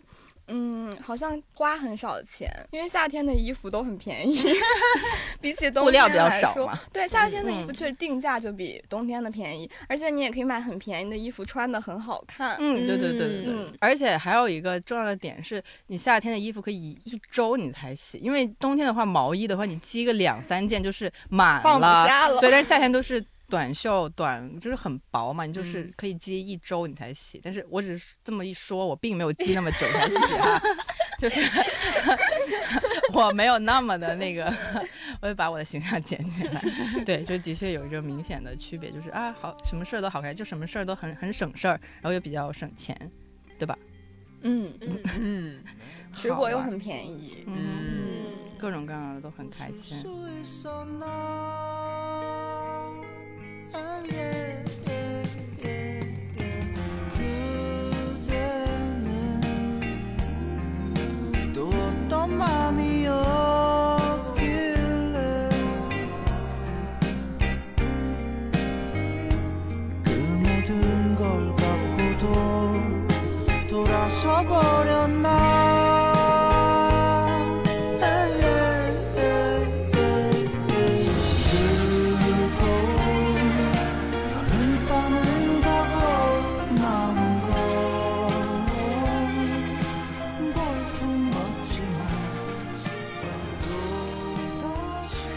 S4: 嗯好像花很少钱，因为夏天的衣服都很便宜， 比起冬天
S1: 布料比较
S4: 来
S1: 少
S4: 说
S1: 嘛。
S4: 对，夏天的衣服
S1: 嗯
S4: 确实定价就比冬天的便宜，而且你也可以买很便宜的衣服，穿的很好看。
S1: 嗯，对对对对对，
S4: 嗯
S1: 而且还有一个重要的点是，你夏天的衣服可以一周你才洗，因为冬天的话，毛衣的话你积个两三件就是满
S4: 放不
S1: 了，
S4: 下了
S1: 对，但是夏天都是短袖短，就是很薄嘛，你就是
S7: 嗯
S1: 可以积一周你才洗。但是我只是这么一说，我并没有积那么久才洗啊， 就是我没有那么的那个， 我就把我的形象捡起来。对，就的确有一个明显的区别，就是啊，好，什么事儿都好干，就什么事儿都很很省事儿，然后又比较省钱，
S4: 嗯，
S7: 嗯
S4: 水果又
S1: 好玩
S4: 很便宜。
S1: 嗯，
S7: 嗯，
S1: 各种各样的都很开心。
S3: 아, 예, 마음이 없길래 그 모든 걸 갖고도 돌아서 버렸나 뜨거운 여름밤은 가고 남은 건 볼품 없지만 또다시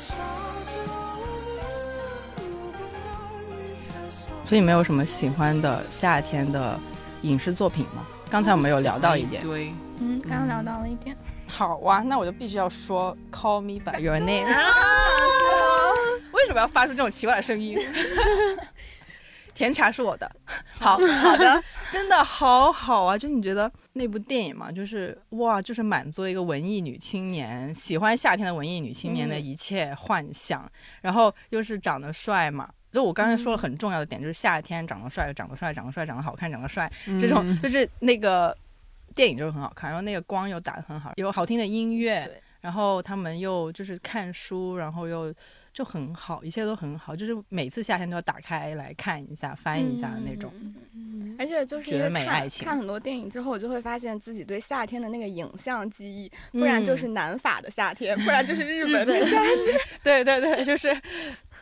S3: 찾아오는 누군가를 위해서
S1: 所以没有什么喜欢的夏天的影视作品吗？刚才我们有聊到一点。
S7: 对，
S4: 嗯，刚刚聊到了一点。
S1: 好啊，那我就必须要说《Call Me by Your Name》为什么要发出这种奇怪的声音？甜茶是我的，好好的，真的好好啊！就你觉得那部电影嘛，就是哇，就是满足了一个文艺女青年喜欢夏天的文艺女青年的一切幻想，然后又是长得帅嘛。就我刚才说了很重要的点，就是夏天长得帅，长得帅，长得帅，长得好看，长得帅，这种
S4: 嗯
S1: 就是那个电影就是很好看，然后那个光又打得很好，有好听的音乐
S6: 对，
S1: 然后他们又就是看书，然后又。就很好，一切都很好，就是每次夏天都要打开来看一下、翻译一下的那
S4: 嗯
S1: 种。
S4: 而且就是因
S1: 绝
S4: 为
S1: 美爱
S4: 看
S1: 情
S4: 看很多电影之后，我就会发现自己对夏天的那个影像记忆，不然
S1: 嗯
S4: 就是南法的夏天，不然就是 日本 的夏天。
S1: 对对对，就是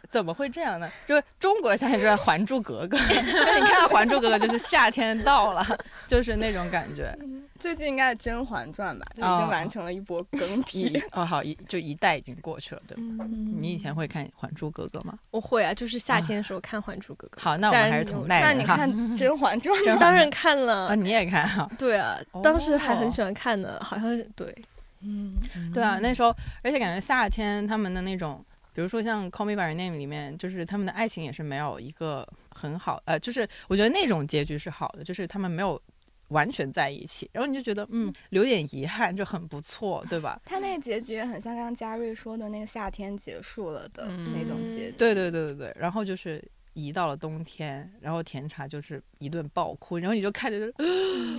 S1: 怎么会这样呢？就是中国的夏天就在《还珠格 格》，但你看《还珠格格》就是夏天到了，就是那种感 觉。
S4: 最近应该是《甄嬛传》吧，就已
S1: 哦
S4: 经完成了一波 更
S1: 一
S4: 替。
S1: 哦好一就一代已经过去了，对吧？你以
S4: 嗯
S1: 前会看《还珠格格》吗？
S6: 我会啊，就是夏天的时候看《还珠格格》
S1: 好，那我们
S6: 当然
S1: 还是
S6: 有
S1: 同
S4: 那
S1: 代
S4: 你
S1: 人哈
S4: 看。《甄嬛 传》
S1: 甄嬛
S6: 当然看
S1: 啊，
S6: 了，
S1: 你也看啊？
S6: 对啊，当时还很喜欢看呢，好像是对，
S7: 嗯
S1: 对啊，那时候，而且感觉夏天他们的那种，比如说像《Call Me by Your Name》里面，就是他们的爱情也是没有一个很好，呃，就是我觉得那种结局是好的，就是他们没有完全在一起，然后你就觉得嗯，留点遗憾就很不错，对吧？
S4: 它那个结局也很像刚刚嘉瑞说的那个夏天结束了的
S1: 嗯
S4: 那种结局。
S1: 对对对对对，然后就是。移到了冬天，然后甜茶就是一顿爆哭，然后你就看着 就是，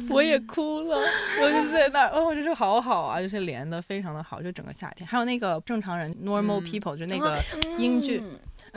S1: 我也哭了，我就在那儿，哦，就是好好啊，就是连的非常的好，就整个夏天，还有那个正常人 normal people，、就那个英剧，
S4: 嗯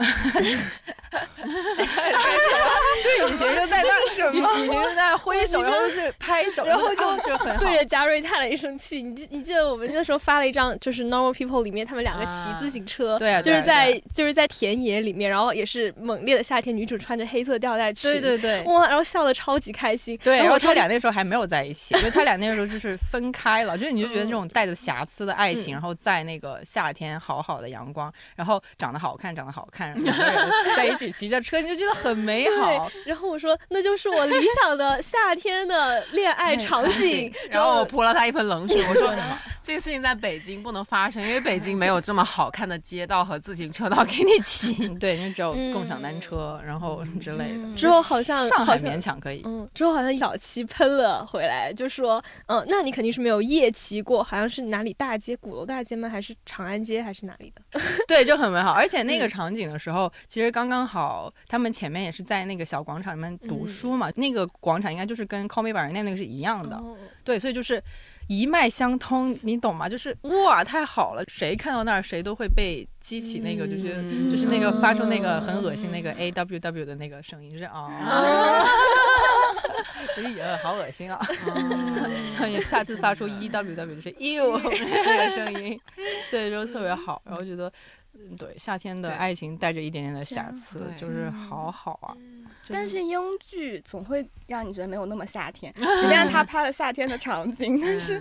S1: 就隐形就在那儿什么，隐形就在那儿挥手，
S6: 你
S1: 然
S6: 这
S1: 后就是拍手，然后就、啊就很好。
S6: 对着嘉瑞叹了一声气。你记你记得我们那时候发了一张，就是 Normal People 里面他们两个骑自行车，
S1: 对啊
S6: 就
S1: 对啊
S6: 是在就是在田野里面，然后也是猛烈的夏天，女主穿着黑色吊带裙，
S1: 对对对。
S6: 哇，然后笑的超级开心。
S1: 对，然
S6: 然
S1: 后
S6: 后
S1: 他俩那时候还没有在一起，因为他俩那个时候就是分开了，就是你就
S6: 嗯
S1: 觉得这种带着瑕疵的爱情，然后在那个夏天好好的阳光，然后长得好看，长得好看，两个人在一起骑着车，你就觉得很美好。
S6: 对，然后我说那就是我理想的夏天的 恋
S1: 哎
S6: 爱场 景。
S5: 然后我泼了他一盆冷水，我说这个事情在北京不能发生，因为北京没有这么好看的街道和自行车道给你骑。
S1: 嗯，对，你就只有共享单车，然后之类
S4: 嗯
S1: 的。
S6: 嗯之后好像
S1: 上海
S6: 好像
S1: 勉强可以，
S6: 嗯，之后好像小七喷了回来，就说，嗯，那你肯定是没有夜骑过，好像是哪里大街，鼓楼大街吗？还是长安街，还是哪里的？
S1: 对，就很美好。而且那个场景的时候，其实刚刚好，他们前面也是在那个小广场里面读书嘛。那个广场应该就是跟 Call Me By Your Name 那个是一样
S6: 哦
S1: 的，对，所以就是一脉相通，你懂吗？就是哇，太好了，谁看到那儿谁都会被激起那个，就是、
S5: 嗯
S1: 就是那个发出那个很恶心那个 A W W 的那个声音，就是啊。 哎呀，好恶心啊！ 你下次发出 E W W 就是 ew 那个声音，对，就特别好。然后觉得，嗯对，夏天的
S5: 对
S1: 爱情带着一点点的瑕疵，
S5: 对
S1: 就是好好啊。
S4: 但是英剧总会让你觉得没有那么夏天，即 便他拍了夏天的场景，但是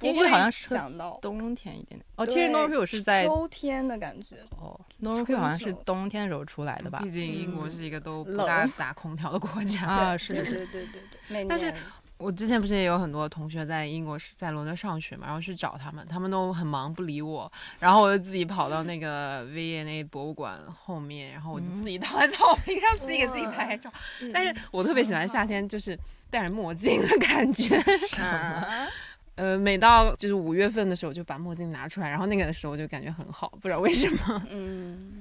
S4: 不
S1: 嗯英剧
S4: 会
S1: 好像是
S4: 想到
S1: 冬天一点点哦，其实
S4: 对
S1: Normal People 是在
S4: 秋天的感觉。
S1: 哦，Normal People 好像是冬天的时候出来的吧
S5: 毕？竟英国是一个都不大
S4: 冷
S5: 打空调的国家。
S1: 啊，是
S4: 对
S1: 是是，
S4: 对对对对，每年
S5: 但是 我之前不是也有很多同学在英国是在伦敦上学嘛，然后去找他们，他们都很忙不理我，然后我就自己跑到那个 V&A 博物馆后面，然后我就
S4: 嗯
S5: 自己躺在草坪上自己给自己拍照。但是我特别喜欢夏天，就是戴着墨镜的感觉。呃，每到就是五月份的时候，我就把墨镜拿出来，然后那个时候就感觉很好，不知道为什么。
S4: 嗯，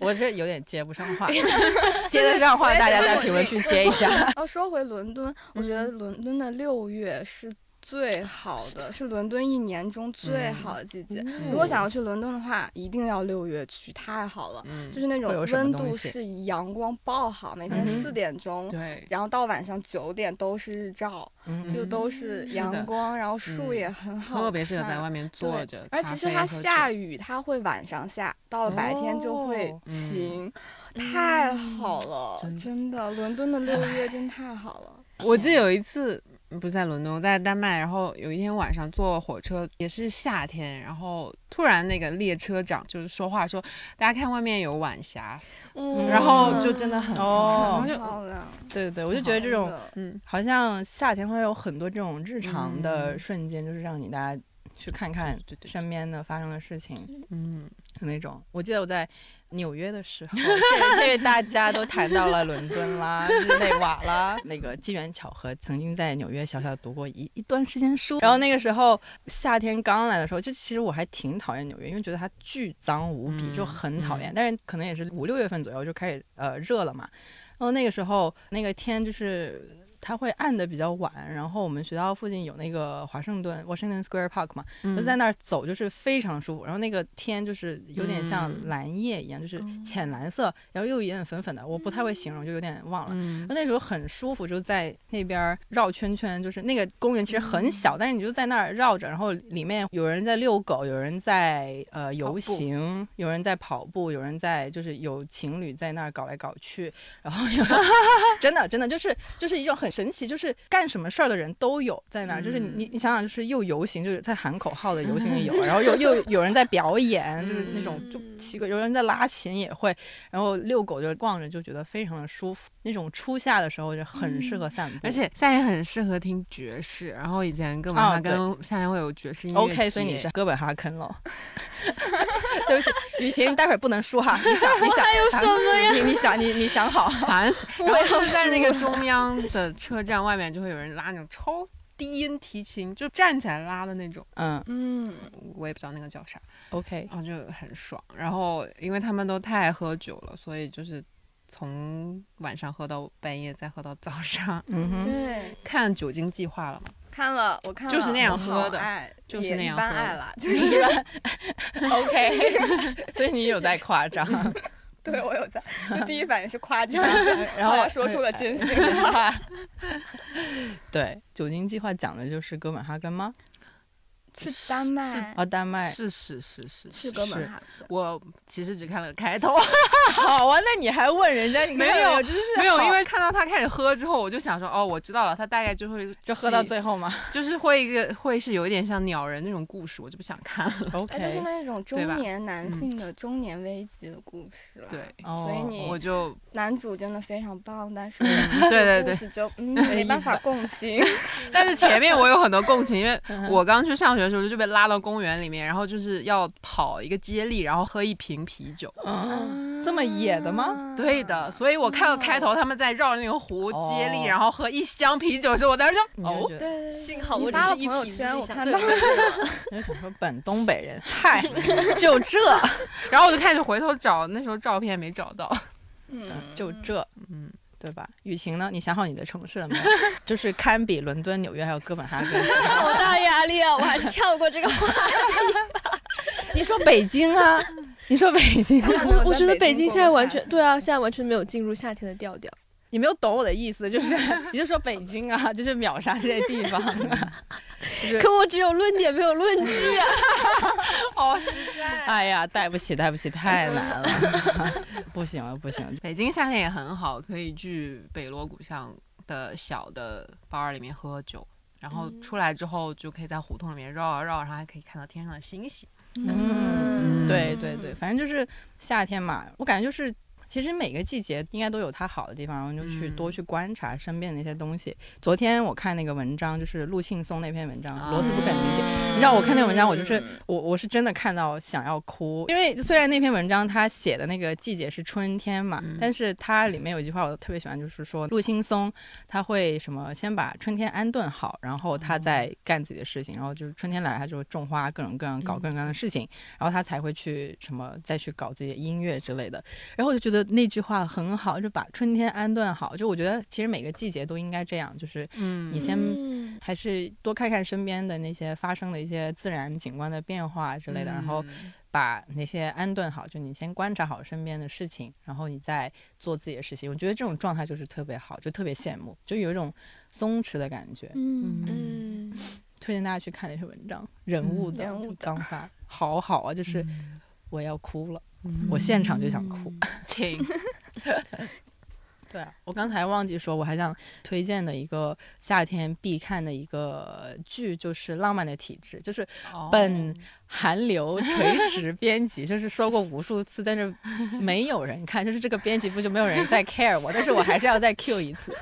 S1: 我这有点接不上话， 接得上话大家在评论区接一下。
S4: 要哦说回伦敦，我觉
S1: 嗯
S4: 得伦敦的六月是。最好的是伦敦一年中最好的季
S6: 嗯
S4: 节。
S1: 嗯
S4: 如果想要去伦敦的话，一定要六月去，太好了。
S5: 嗯
S4: 就，是那种
S1: 会有什么
S4: 温
S1: 东
S4: 度
S1: 西嗯
S4: 是阳光爆好，每天四点钟，
S5: 对，
S4: 然后到晚上九点都是日照，
S1: 嗯
S4: 就都是阳光，然后树也很好看，
S5: 特别适合在外面坐着。
S4: 而其实它下雨，它会晚上下，到了白天就会晴，太好了，
S5: 哦嗯真
S4: 真
S5: 的
S4: 的，伦敦的六月真太好了。嗯
S5: 我记得有一次嗯不是在伦敦，我在丹麦，然后有一天晚上坐火车，也是夏天，然后突然那个列车长就是说话说，大家看外面有晚霞，
S6: 嗯
S5: 然后就真的很
S1: 哦
S5: 然后就
S4: 漂亮，
S1: 对对，我就觉得这种
S4: 真的
S5: 嗯，
S1: 好像夏天会有很多这种日常的瞬间，就是让你大家去看看
S5: 对对
S1: 身边的发生的事情
S5: 嗯，
S1: 那种。我记得我在纽约的时 候，这这位大家都谈到了伦敦啦、日内瓦啦，那个机缘巧合，曾经在纽约小小读过一一段时间书。然后那个时候夏天刚来的时候，就其实我还挺讨厌纽约，因为觉得它巨脏无比，
S5: 嗯
S1: 就很讨厌。
S5: 嗯
S1: 但是可能也是五六月份左右就开始呃热了嘛，然后那个时候那个天就是它会暗的比较晚，然后我们学校附近有那个华盛顿 Washington Square Park 嘛，
S5: 嗯
S1: 就在那儿走就是非常舒服。然后那个天就是有点像蓝叶一样，就是浅蓝色，然后又有一点粉粉的，我不太会形容，就有点忘了。
S5: 嗯
S1: 那那时候很舒服，就在那边儿绕圈圈，就是那个公园其实很小，但是你就在那儿绕着，然后里面有人在遛狗，有人在呃游行，有人在跑步，有人在就是有情侣在那儿搞来搞去，然后有真的真的就是就是一种很神奇，就是干什么事儿的人都有在那儿，就是你你想想，就是又游行，就是在喊口号的游行的有，然后又又有人在表演，就是那种就奇怪，有人在拉琴也会，然后遛狗就逛着，就觉得非常的舒服。那种初夏的时候就很适合散步，
S5: 嗯而且夏天很适合听爵士，然后以前跟妈妈
S1: 哦对
S5: 跟夏天会有爵士音乐
S1: OK，所以你
S5: 节
S1: 是哥本哈根 喽。对不起，雨晴，待会儿不能说 哈，你想，你想，还有什么呀？你你想，你你想好。
S5: 烦死。然后就是在那个中央的车站外面，就会有人拉那种超低音提琴，就站起来拉的那种，
S1: 嗯
S2: 嗯，
S5: 我也不知道那个叫啥，
S1: ，OK，
S5: 然后就很爽。然后因为他们都太爱喝酒了，所以就是从晚上喝到半夜，再喝到早上。
S1: 嗯哼，
S2: 对，
S5: 看酒精计划了吗？
S4: 看了，我看了，
S5: 就是那样喝的
S4: 我好爱
S5: 就是
S4: 也
S5: 那样
S4: 一般
S5: 喝的
S4: 爱了，就是 吧
S1: OK，所以 你有在夸张，
S5: 嗯
S4: 对我有在，就第一反应是夸 奖，
S1: 然后
S4: 后来说出了真心话。
S1: 对，酒精计划讲的就是哥本哈根吗？
S2: 是丹麦，
S5: 哎
S1: 啊，丹 麦。
S5: 是是是是
S2: 是哥本哈根。
S5: 我其实只看了开头，
S1: 好啊，那你还问人家？你看
S5: 没有
S1: 我真是
S5: 没有，
S1: 好
S5: 因为看到他开始喝之后，我就想说，哦，我知道了，他大概就会
S1: 就喝到
S5: 是
S1: 最后嘛。
S5: 就是会一个会是有一点像鸟人那种故事，我就不想看了。
S1: OK，
S2: 哎，就是那种
S5: 对
S2: 中
S5: 吧嗯
S2: 年男性的中年危机的故事了。
S5: 对，，
S1: 哦
S2: 所以你
S5: 我就
S2: 男主真的非常棒，但是
S5: 对对
S2: 故
S5: 对，
S2: 事就嗯没办法共 情。
S5: 但是前面我有很多共情，因为
S1: 嗯
S5: 我刚去上学的时候就被拉到公园里面，然后就是要跑一个接力，然后喝一瓶啤酒。
S1: 嗯，这么野的
S4: 啊
S1: 吗？
S5: 对的，所以我看到开头他们在绕着那个湖接力，
S1: 哦
S5: 然后喝一箱啤酒的时候，我当时就
S1: 你就
S5: 哦，
S1: 觉得，
S2: 对对
S6: 幸好
S2: 你
S6: 我只
S2: 发
S6: 是
S2: 了
S6: 一
S2: 朋友
S6: 瓶
S2: 圈
S6: 一
S2: 我
S6: 下
S2: 看
S6: 对
S2: 到
S1: 你就想说本东北人，嗨，就这，
S5: 然后我就开始回头找，那时候照片没找到。
S1: 嗯就这，嗯。对吧？雨晴呢？你想好你的城市了没有？就是堪比伦敦、纽约还有哥本哈根。
S2: 好大压力啊！我还是跳过这个话。
S1: 你说北京啊？你说北京啊？
S2: 没有
S6: 我我
S2: 在
S6: 觉得
S2: 北
S6: 北
S2: 京
S6: 京
S2: 过
S6: 现在
S2: 过
S6: 完
S2: 夏
S6: 全
S2: 天
S6: 对啊，现在完全没有进入夏天的调 调。
S1: 你没有懂我的意思，就是你就说北京啊，就是秒杀这些地方啊。就是
S6: 可我只有论点，没有论 据啊！
S1: 哎呀，带不起，带不起，太难了， 不行了，不行了。
S5: 北京夏天也很好，可以去北锣鼓巷的小的 bar 里面喝酒，然后
S1: 嗯
S5: 出来之后就可以在胡同里面绕啊绕，然后还可以看到天上的星星。
S1: 嗯，对对对，反正就是夏天嘛，我感觉就是。其实每个季节应该都有它好的地方，然后你就去
S5: 嗯
S1: 多去观察身边的那些东西。昨天我看那个文章，就是陆庆松那篇文章《
S5: 啊
S1: 罗斯不肯理解》，你知道我看那个文章，我就是
S5: 嗯
S1: 我我是真的看到想要哭，因为虽然那篇文章他写的那个季节是春天嘛，
S5: 嗯
S1: 但是它里面有一句话我特别喜欢，就是说陆青松他会什么先把春天安顿好，然后
S5: 哦
S1: 他再干自己的事情，然后就是春天来他就种花，各种各样搞各种各样的事情，然后他才会去什么再去搞自己的音乐之类的。然后我就觉得那句话很好，就把春天安顿好。就我觉得其实每个季节都应该这样，就是
S5: 嗯
S1: 你先还是多看看身边的那些发生的一些自然景观的变化之类的，然后
S5: 嗯
S1: 把那些安顿好，就你先观察好身边的事情，然后你再做自己的事情。我觉得这种状态就是特别好，就特别羡慕，就有一种松弛的感觉。
S2: 嗯，
S6: 嗯，
S1: 推荐大家去看那篇文章，人物的，
S2: 人物
S1: 就
S2: 的嗯
S1: 刚发，好好啊，就是我要哭了，我现场就想哭。
S5: 请
S1: 对啊，我刚才忘记说，我还想推荐的一个夏天必看的一个剧，就是《浪漫的体质》，就是
S4: 哦
S2: 哦
S1: 本韩流垂直编辑， 就是说过无数次，但是没有人看，就是这个编辑部就没有人在 care 我，但是我还是要再 Q 一次。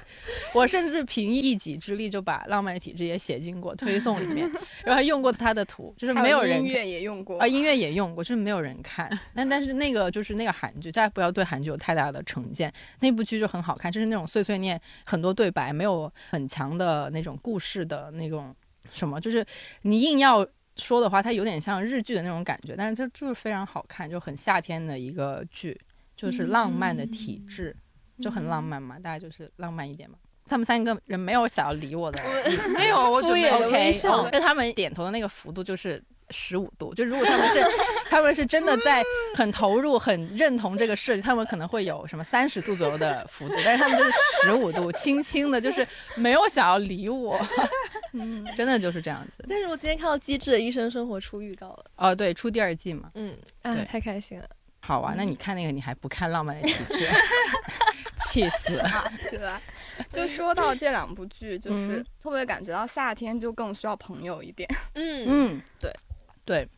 S1: 我甚至凭一己之力就把《浪漫的体质》也写进过推送里 面，然后还用过他的图，就是没有人
S2: 音乐也用过
S1: 啊，，音乐也用过，就是没有人看。但但是那个就是那个韩剧，大家不要对韩剧有太大的成见。那部剧就很好看，就是那种碎碎念，很多对白，没有很强的那种故事的那种什么，就是你硬要。说的话，它有点像日剧的那种感觉，但是它就是非常好看，就很夏天的一个剧，就是浪漫的体质，就很浪漫嘛，大家就是浪漫一点嘛。他们三个人没有想要理我的意思，
S5: 没有，我
S6: 敷
S5: 准备
S6: 衍的
S1: OK，
S6: 微笑
S1: 哦就他们点头的那个幅度就是十五度，就如果他们是他们是真的在很投入、很认同这个事，他们可能会有什么三十度左右的幅度，但是他们就是十五度，轻轻的，就是没有想要理我，
S4: 嗯
S1: 真的就是这样子。
S6: 但是我今天看到《机智的医生生活》出预告了，
S1: 哦，对，出第二季嘛，
S6: 嗯，啊
S1: 对，
S6: 太开心了，
S1: 好啊，那你看那个你还不看《浪漫的体质》， 气死！
S4: 起来。就说到这两部剧，就是
S1: 嗯
S4: 会不会感觉到夏天就更需要朋友一点？
S6: 嗯，
S1: 嗯，
S4: 对
S1: 对，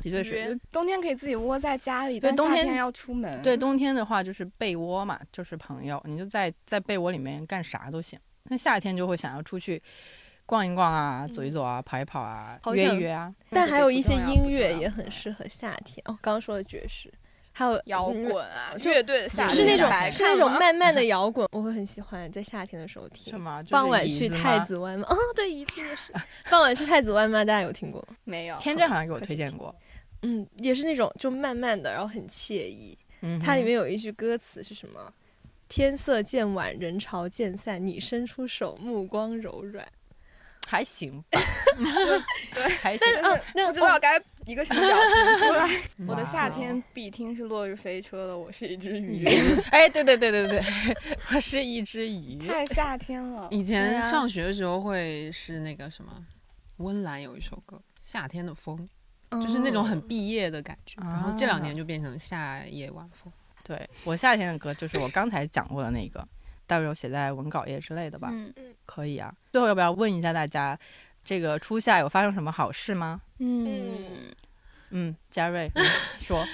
S1: 的确。
S4: 就是是冬天可以自己窝在家里，
S1: 对
S4: 但
S1: 冬
S4: 夏
S1: 天
S4: 要出
S6: 嗯
S4: 门。
S1: 对，冬天的话就是被窝嘛，就是朋友，你就在在被窝里面干啥都行。那夏天就会想要出去逛一逛啊，走一走啊，跑一跑啊，
S6: 嗯好
S1: 约
S6: 想
S1: 一约啊。
S6: 但
S1: 这
S6: 还
S1: 都
S6: 有
S1: 不
S6: 一些
S1: 重要
S6: 音乐也。
S1: 不重
S6: 很
S1: 要
S6: 适合夏天哦，刚刚说的爵士，还有
S4: 摇
S6: 嗯
S4: 滚啊，
S6: 就
S4: 乐队的夏
S6: 是那
S4: 天
S6: 种
S4: 白
S6: 是那
S4: 看
S6: 种
S4: 吗
S6: 慢 慢的摇滚，我会很喜欢在夏天的时候听
S1: 是。吗？就是
S6: 傍晚
S1: 椅
S6: 去
S1: 子
S6: 太
S1: 吗，
S6: 子湾吗？哦， 对，一定是。傍晚去太子湾吗？大家有听过吗？
S4: 没有
S1: 天真好像给我推荐 过。
S6: 嗯，也是那种就慢慢的，然后很惬意。
S1: 嗯哼，
S6: 它里面有一句歌词是什么？天色渐晚，人潮渐散，你伸出手，目光柔软。
S1: 还行 吧，对，还行
S6: 但。是，哦，那
S4: 不知道
S6: 哦
S4: 该一个什么表情出 来。我的
S1: 哇
S4: 夏
S1: 哦
S4: 天必听是《落日飞车》的，我是一只鱼，
S1: 哎，对对对对 对，我是一只鱼。
S4: 太夏天了。
S5: 以
S4: 对
S5: 前
S4: 啊
S5: 上学的时候会是那个什么，温岚有一首歌《夏天的风》，
S6: 哦
S5: 就是那种很
S4: 嗯
S5: 毕业的感觉。然后这两
S4: 哦
S5: 年就变成夏夜晚风。
S1: 对我夏天的歌就是我刚才讲过的那个，到时候写在文稿页之类的吧。
S4: 嗯
S1: 可以啊。最后要不要问一下大家，这个初夏有发生什么好事吗？
S4: 嗯，
S1: 嗯，嘉 瑞说，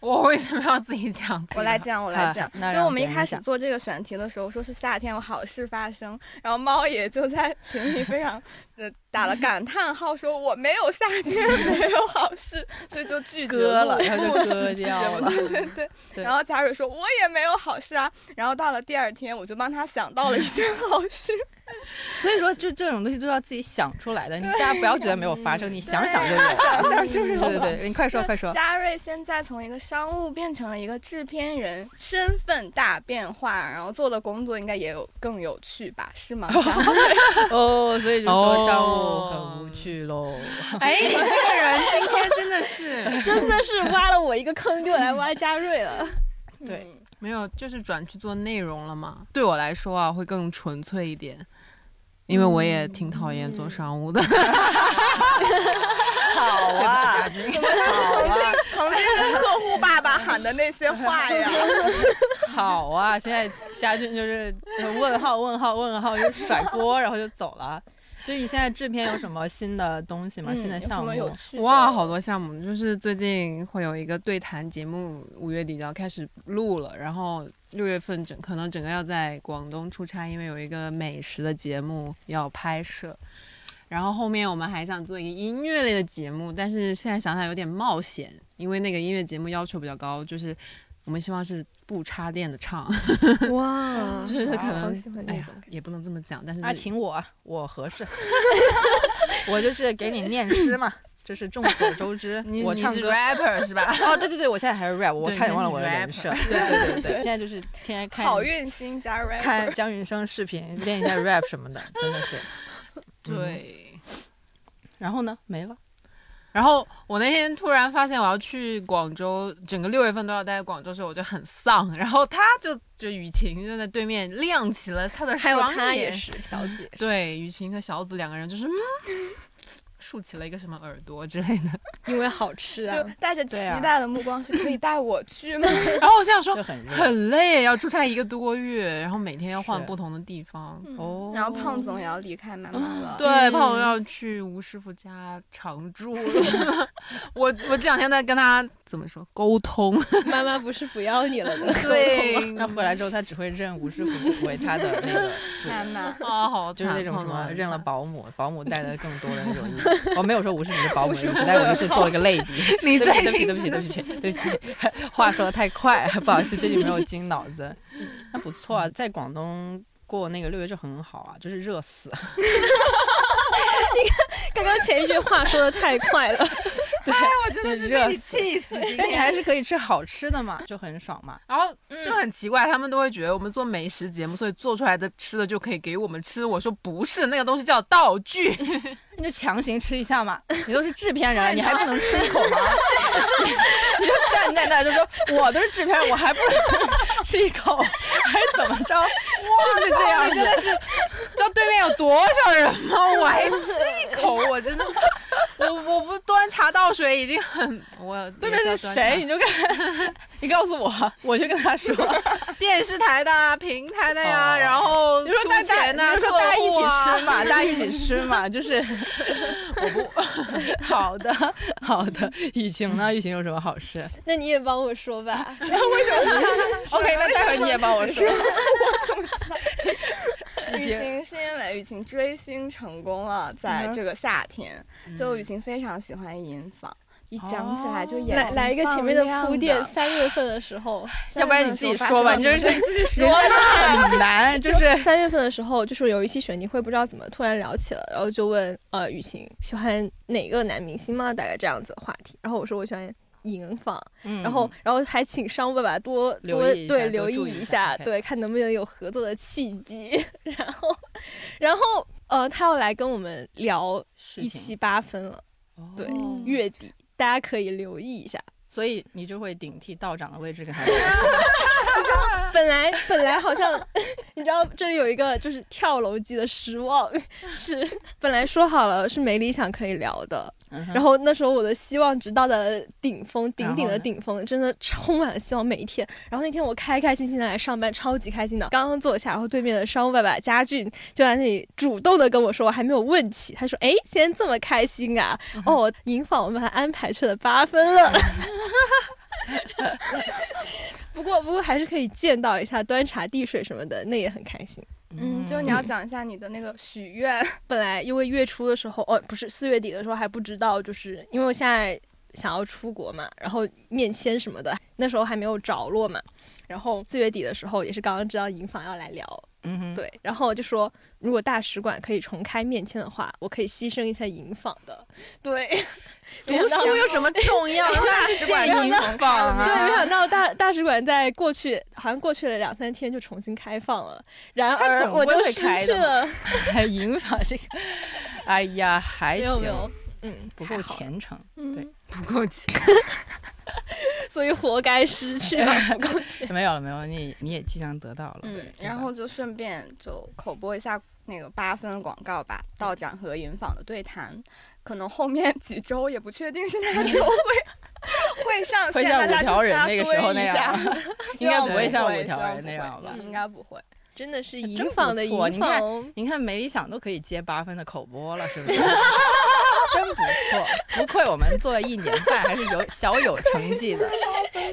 S5: 我为什么要自己讲？
S4: 我来讲，我来讲
S1: 好那。
S4: 就
S1: 让
S4: 我们一
S1: 别人
S4: 开始
S1: 讲
S4: 做这个选题的时候，说是夏天有好事发生，然后猫也就在群里非常呃打了感叹号，说我没有夏天，没有好事，所以就拒绝
S1: 割了
S4: 录
S1: 然后就 割掉了
S4: 对对对。
S1: 对
S4: 然后贾蕊说我也没有好事啊，然后到了第二天，我就帮他想到了一件好事。
S1: 所以说就这种东西都要自己想出来的，你大家不要觉得没有 发生，你想想就有，
S4: 想想啊就有
S1: 对对
S4: 了
S6: 哦
S1: 对，你快说快说，
S4: 嘉瑞现在从一个商务变成了一个制片人，身份大变化，然后做的工作应该也有更有趣吧？是 吗？嘉瑞
S1: 哦，所以就说商务
S5: 哦
S1: 很无趣喽。
S5: 哎，你这个人今天真的是
S6: 真的是挖了我一个坑，就来挖嘉瑞了。
S1: 对，
S4: 嗯
S5: 没有，就是转去做内容了嘛。对我来说啊，会更纯粹一点，因为我也挺讨厌
S4: 嗯
S5: 做商务的。
S4: 好啊，怎么曾经曾经跟客户爸爸喊的那些话
S6: 嗯
S4: 呀？
S1: 嗯好啊，现在家俊就是呃问号问号问号，就甩锅，然后就走了。所以你现在制片有什么新的东西吗？新的
S4: 嗯有
S1: 项
S4: 什
S1: 目
S4: 么？有 趣的？
S5: 哇，啊好多项目，就是最近会有一个对谈节目，五月底就要开始录了，然后六月份整可能整个要在广东出差，因为有一个美食的节目要拍摄。然后后面我们还想做一个音乐类的节目，但是现在想想有点冒险，因为那个音乐节目要求比较高，就是我们希望是不插电的唱，
S6: 哇
S5: 就是可能
S6: 好喜欢
S5: 哎
S6: 那
S5: 呀
S6: 种感觉。
S5: 也不能这么讲，但是
S1: 啊，请我，我 合适。我就是给你念诗嘛，就是众所 周知
S5: 你，
S1: 我
S5: 你
S1: 唱
S5: 是
S1: 歌。
S5: rapper 是吧？
S1: 哦，对对对，我现在还是 rap，我
S5: 对
S1: 差点
S5: 你
S1: 忘了
S5: 是
S1: 我的人
S5: rapper
S1: 设。嗯对对对对， 现在就是天天看
S4: 好运星嘉瑞，
S1: 看姜云升视频，练一下 rap 什么的，真的是。
S5: 对。
S1: 然后呢，没了。
S5: 然后我那天突然发现我要去广州，整个六月份都要待在广州的时候，我就很丧。然后他就就雨晴就在对面亮起了他的
S6: 还有
S5: 双眼，
S6: 他 也是小姐，
S5: 对雨晴和小紫两个人就是嗯，竖起了一个什么耳朵之类的。
S6: 因为好吃啊
S4: 就，带着期
S1: 对啊
S4: 待的目光，是可以带我去吗？
S5: 然后我想说
S1: 就很热
S5: 很累，要出差一个多月，然后每天要换
S1: 是
S5: 不同的地方。
S1: 哦
S4: 然后胖总也要离开妈妈了。
S5: 对，胖友要去吴师傅家常住 了。我我这两天在跟他怎么说沟通，
S6: 妈妈不是不要你了吗？
S5: 对，
S1: 那回来之后，他只会认吴师傅只为他的那 个主
S4: 妈
S1: 人。
S4: 妈，
S5: 啊，好
S1: 就是那种
S5: 惨
S1: 什么
S5: 胖友
S1: 认了保姆，保姆带的更多的那种意 思。我没有说吴师傅是保姆的意思，但我就是做了个类比。
S5: 你
S1: 对不
S5: 在
S1: 起，对不起，对不起，对不起， 对不起，话说的太快， 不好意思，最近没有经脑子。 那不错啊，在广东过那个六月就很好啊，就是热 死。
S6: 刚刚前一句话说的太快了，
S1: 哎
S5: 我真的是
S1: 热
S5: 被你气死。
S1: 但你还是可以吃好吃的嘛，就很爽嘛。
S5: 然后
S1: 嗯
S5: 就很奇怪，他们都会觉得我们做美食节目，所以做出来的吃的就可以给我们吃。我说不是，那个东西叫道具。
S1: 你就强行吃一下嘛，你都是制片人了，你还不能吃一 口吗？你就站在那就说我都是制片人，我还不能吃一口，还是怎么着？是不是这样 子？
S5: 知道对面有多少人吗？我 还吃一口，我真的，我我不端茶倒水已经很我
S1: 对面是谁？你？就跟 你告诉我，我就跟他说，
S5: 电视台的啊、平台的呀，
S1: 哦
S5: 然后
S1: 你就说大
S5: 出
S1: 家，
S5: 钱
S1: 你
S5: 呐
S1: 就说大家一起
S5: 客户啊
S1: 吃嘛，大家一起吃嘛，就是我不 好的好的。雨晴呢？雨晴有什么好事
S6: 那你也帮我说
S5: 啊
S6: 吧。
S1: ？OK，那待会儿你也帮我说。
S4: 雨晴是因为雨晴追星成功了，
S1: 嗯
S4: 在这个夏天，
S5: 嗯
S4: 就雨晴非常喜欢银纺。一讲起
S1: 哦
S4: 来就眼睛
S6: 来来一个前面
S4: 的
S6: 铺垫，三月份的时 候，
S1: 要不然你自己说吧，你就是
S4: 你自己
S1: 说的很难，就是
S6: 三月份的时候，就是有一期选题会，不知道怎么突然聊起了，然后就问呃雨晴喜欢哪个男明星吗？大概这样子的话题。然后我说我喜欢银纺，
S1: 嗯
S6: 然后然后还请商务爸爸多
S1: 留
S6: 多
S1: 意一下
S6: 对
S1: 多
S6: 留
S1: 注
S6: 意
S1: 意一
S6: 一
S1: 下
S6: 下，
S1: ，OK
S6: 对看能不能有合作的契机。 然后然后呃他要来跟我们聊
S1: 事
S6: 一期八分了，对、
S5: 哦
S6: 月底大家可以留意一下。
S1: 所以你就会顶替道长的位置跟他啊
S6: 本来本来好像， 你知道这里有一个就是跳楼机的失望， 是本来说好了是没理想可以聊的，然
S1: 然
S6: 后那时候我的希望直到的顶峰，
S1: 然后
S6: 顶顶的
S1: 呢
S6: 顶峰，真的充满了希望每一天。然后那天我开开心心的来上班，超级开心的。刚刚坐下，然后对面的商务爸爸家俊就在那里主动的跟我说，我还没有问起，他说：“哎，今天这么开心啊？
S1: 嗯
S6: 哦，银纺我们还安排去了八分了。”
S1: 嗯
S6: 不过，不过还是可以见到一下，端茶递水什么的，那也很开心。
S4: 嗯，就你要讲一下你的那个许愿，
S6: 本来因为月初的时候，哦，不是四月底的时候还不知道，就是因为我现在想要出国嘛，然后面签什么的，那时候还没有着落嘛。然后四月底的时候也是刚刚知道银纺要来聊，
S1: 嗯哼，
S6: 对，然后我就说如果大使馆可以重开面签的话，我可以牺牲一下银纺的，对，
S1: 读书有什么重要？大使馆银坊
S6: 对，没
S1: 啊，
S6: 想到大大使馆在过去好像过去了两三天就重新开放了，然
S1: 它
S6: 而
S1: 总
S6: 我
S1: 归
S6: 就
S1: 会
S6: 失
S1: 开
S6: 去
S1: 的嘛
S6: 了，
S1: 还银坊这个，哎呀，还
S6: 没有没有
S1: 行，，
S6: 嗯，
S1: 不
S6: 还
S1: 够
S6: 好，
S1: 虔诚。
S4: 嗯
S5: 不够钱。
S6: 所以活该失去了，不够钱。
S1: 没有了，没有了，你你也即将得到了。
S4: 嗯，
S1: 吧
S4: 然后就顺便就口播一下那个八分广告吧，道长和银纺的对谈，可能后面几周也不确定是 哪周会会 上线，
S1: 会像
S4: 大
S1: 五
S4: 家就
S1: 条人
S4: 大家
S1: 那个时候
S4: 堆一
S1: 那样
S4: 下， 希
S1: 应该
S4: 望
S1: 不会像
S4: 会
S1: 五条
S4: 希望
S1: 人
S4: 不
S1: 那
S4: 会
S1: 样吧
S4: 嗯应该不会。
S6: 真的 是
S1: 真
S6: 银
S1: 不
S6: 纺的银
S1: 错你看
S6: 纺哦，
S1: 你看没理想都可以接八分的口播了， 是不是？真不错，不愧我们做了一年半，还是有小有成绩的，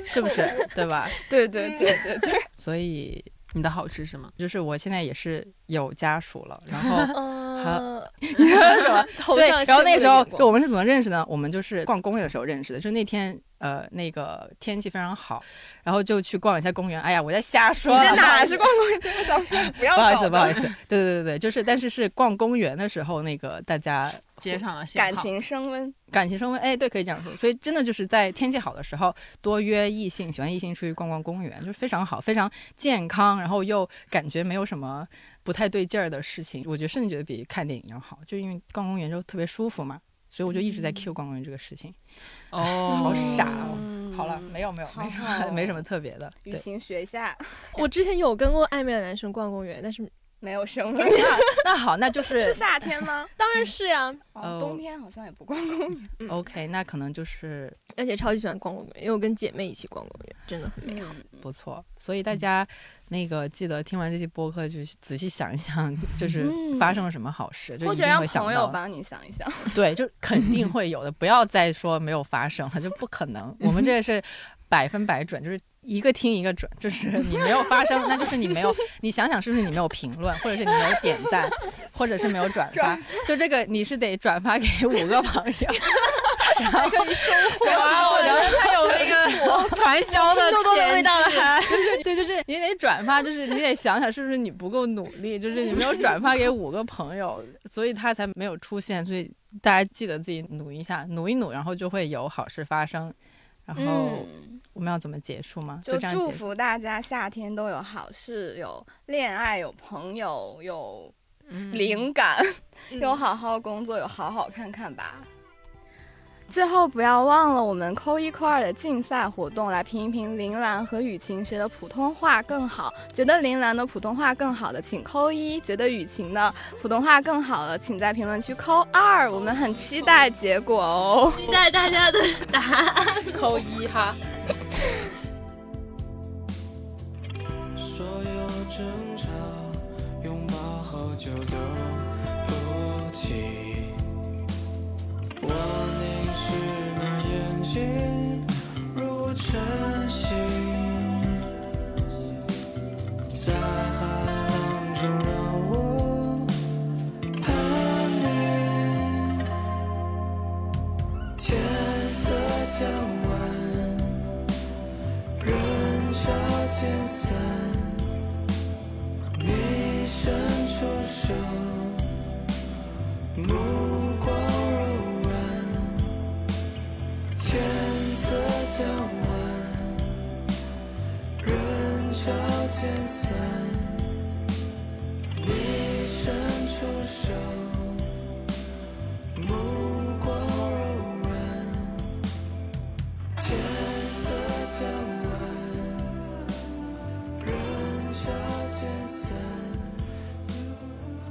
S1: 是不是？对吧？
S4: 对对对对对，
S1: 所以
S5: 你的好吃是吗？
S1: 就是我现在也是有家属了，然后
S6: 嗯，
S1: 你说什么？
S6: 头
S1: 对
S6: 上，
S1: 然后
S6: 羡慕
S1: 那个
S6: 的
S1: 时候
S6: 眼，光
S1: 对，我们是怎么认识呢？我们就是逛公园的时候认识的，就那天。呃，那个天气非常好，然后就去逛了一下公园。哎呀，我在瞎说了。
S4: 这
S1: 不好
S4: 哪
S1: 意思
S4: 是光公园？我想 说 不要
S1: 不好意思，
S4: 搞
S1: 不好
S4: 的
S1: 意思。对对对对，就是，但是是逛公园的时候，那个大家
S5: 接上了信号
S4: 感情升温。
S1: 感情升温，哎，对，可以这样说。所以真的就是在天气好的时候，多约异性，喜欢异性出去逛逛公园，就是非常好，非常健康，然后又感觉没有什么不太对劲儿的事情。我觉得甚至觉得比看电影要好，就因为逛公园就特别舒服嘛。所以我就一直在 Q 逛公园这个事情。
S5: 哦，
S4: 嗯
S1: 好傻哦好了，没有没有，
S4: 好
S1: 没什
S4: 嗯好
S1: 么 没什么特别的。
S4: 雨
S1: 对，
S4: 晴学一下，
S6: 我之前有跟过暧昧的男生逛公园，但是
S4: 没有升温。
S1: 那好，那就 是是
S4: 夏天吗？
S6: 当然是呀、
S1: 哦嗯
S4: 哦，冬天好像也不逛公园。
S1: OK，那可能就是
S6: 而且超级喜欢逛公园，因为我跟姐妹一起逛公园，真的很美好。
S4: 嗯
S1: 不错。所以大家那个记得听完这期播客，就仔细想一想，就是
S4: 嗯
S1: 发生了什么好事，就
S4: 或
S1: 一
S4: 者
S1: 定
S4: 让
S1: 会想
S4: 朋
S1: 到
S4: 友
S1: 的
S4: 帮你想一想，
S1: 对，就肯定会有的，不要再说没有发生了，就不可能。我们这个是百分百准，就是一个听一个准，就是你没有发生，那就是你没有，你想想是不是你没有评论，或者是你没有点赞，或者是没有转发，就这个你是得转发给五个朋友，
S2: 还可以收获。
S1: 哇，然后它有那个传销的
S2: 肉多的味
S1: 潜
S2: 道了还。
S1: 质对，就是你得转发，就是你得想想是不是你不够努力，就是你没有转发给五个朋友，所以它才没有出现。所以大家记得自己努一下，努一努，然后就会有好事发生。然后
S4: 嗯，
S1: 我们要怎么结束吗？
S4: 就
S1: 哦这样
S4: 祝
S1: 结束。
S4: 福大家夏天都有好事，有恋爱，有朋友，有
S5: 嗯
S4: 灵感，有好好工作，有好好看看吧。最后不要忘了我们扣一扣二的竞赛活动，来评一评铃兰和雨晴谁的普通话更好。觉得铃兰的普通话更好的，请扣一；觉得雨晴的普通话更好的，请在评论区扣二。我们很期待结果哦。
S2: 期待大家的答案。
S6: 扣一哈。
S3: 所有争吵、拥抱后就都不起。我凝视你眼睛，如晨曦，在海浪中让我叛逆。天色将晚。人潮渐散，你伸出手，目光柔软。天色将晚，人潮渐散，你伸出手，目光柔软。天色将晚，人潮渐散。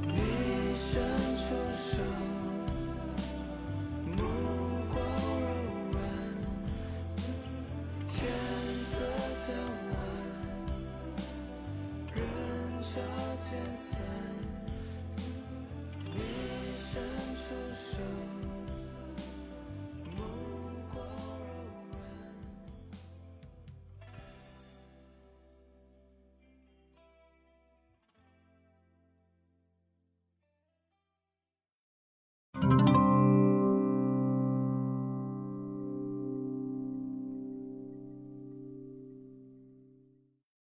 S3: 你伸出手，目光柔软。天色将晚，人潮渐散。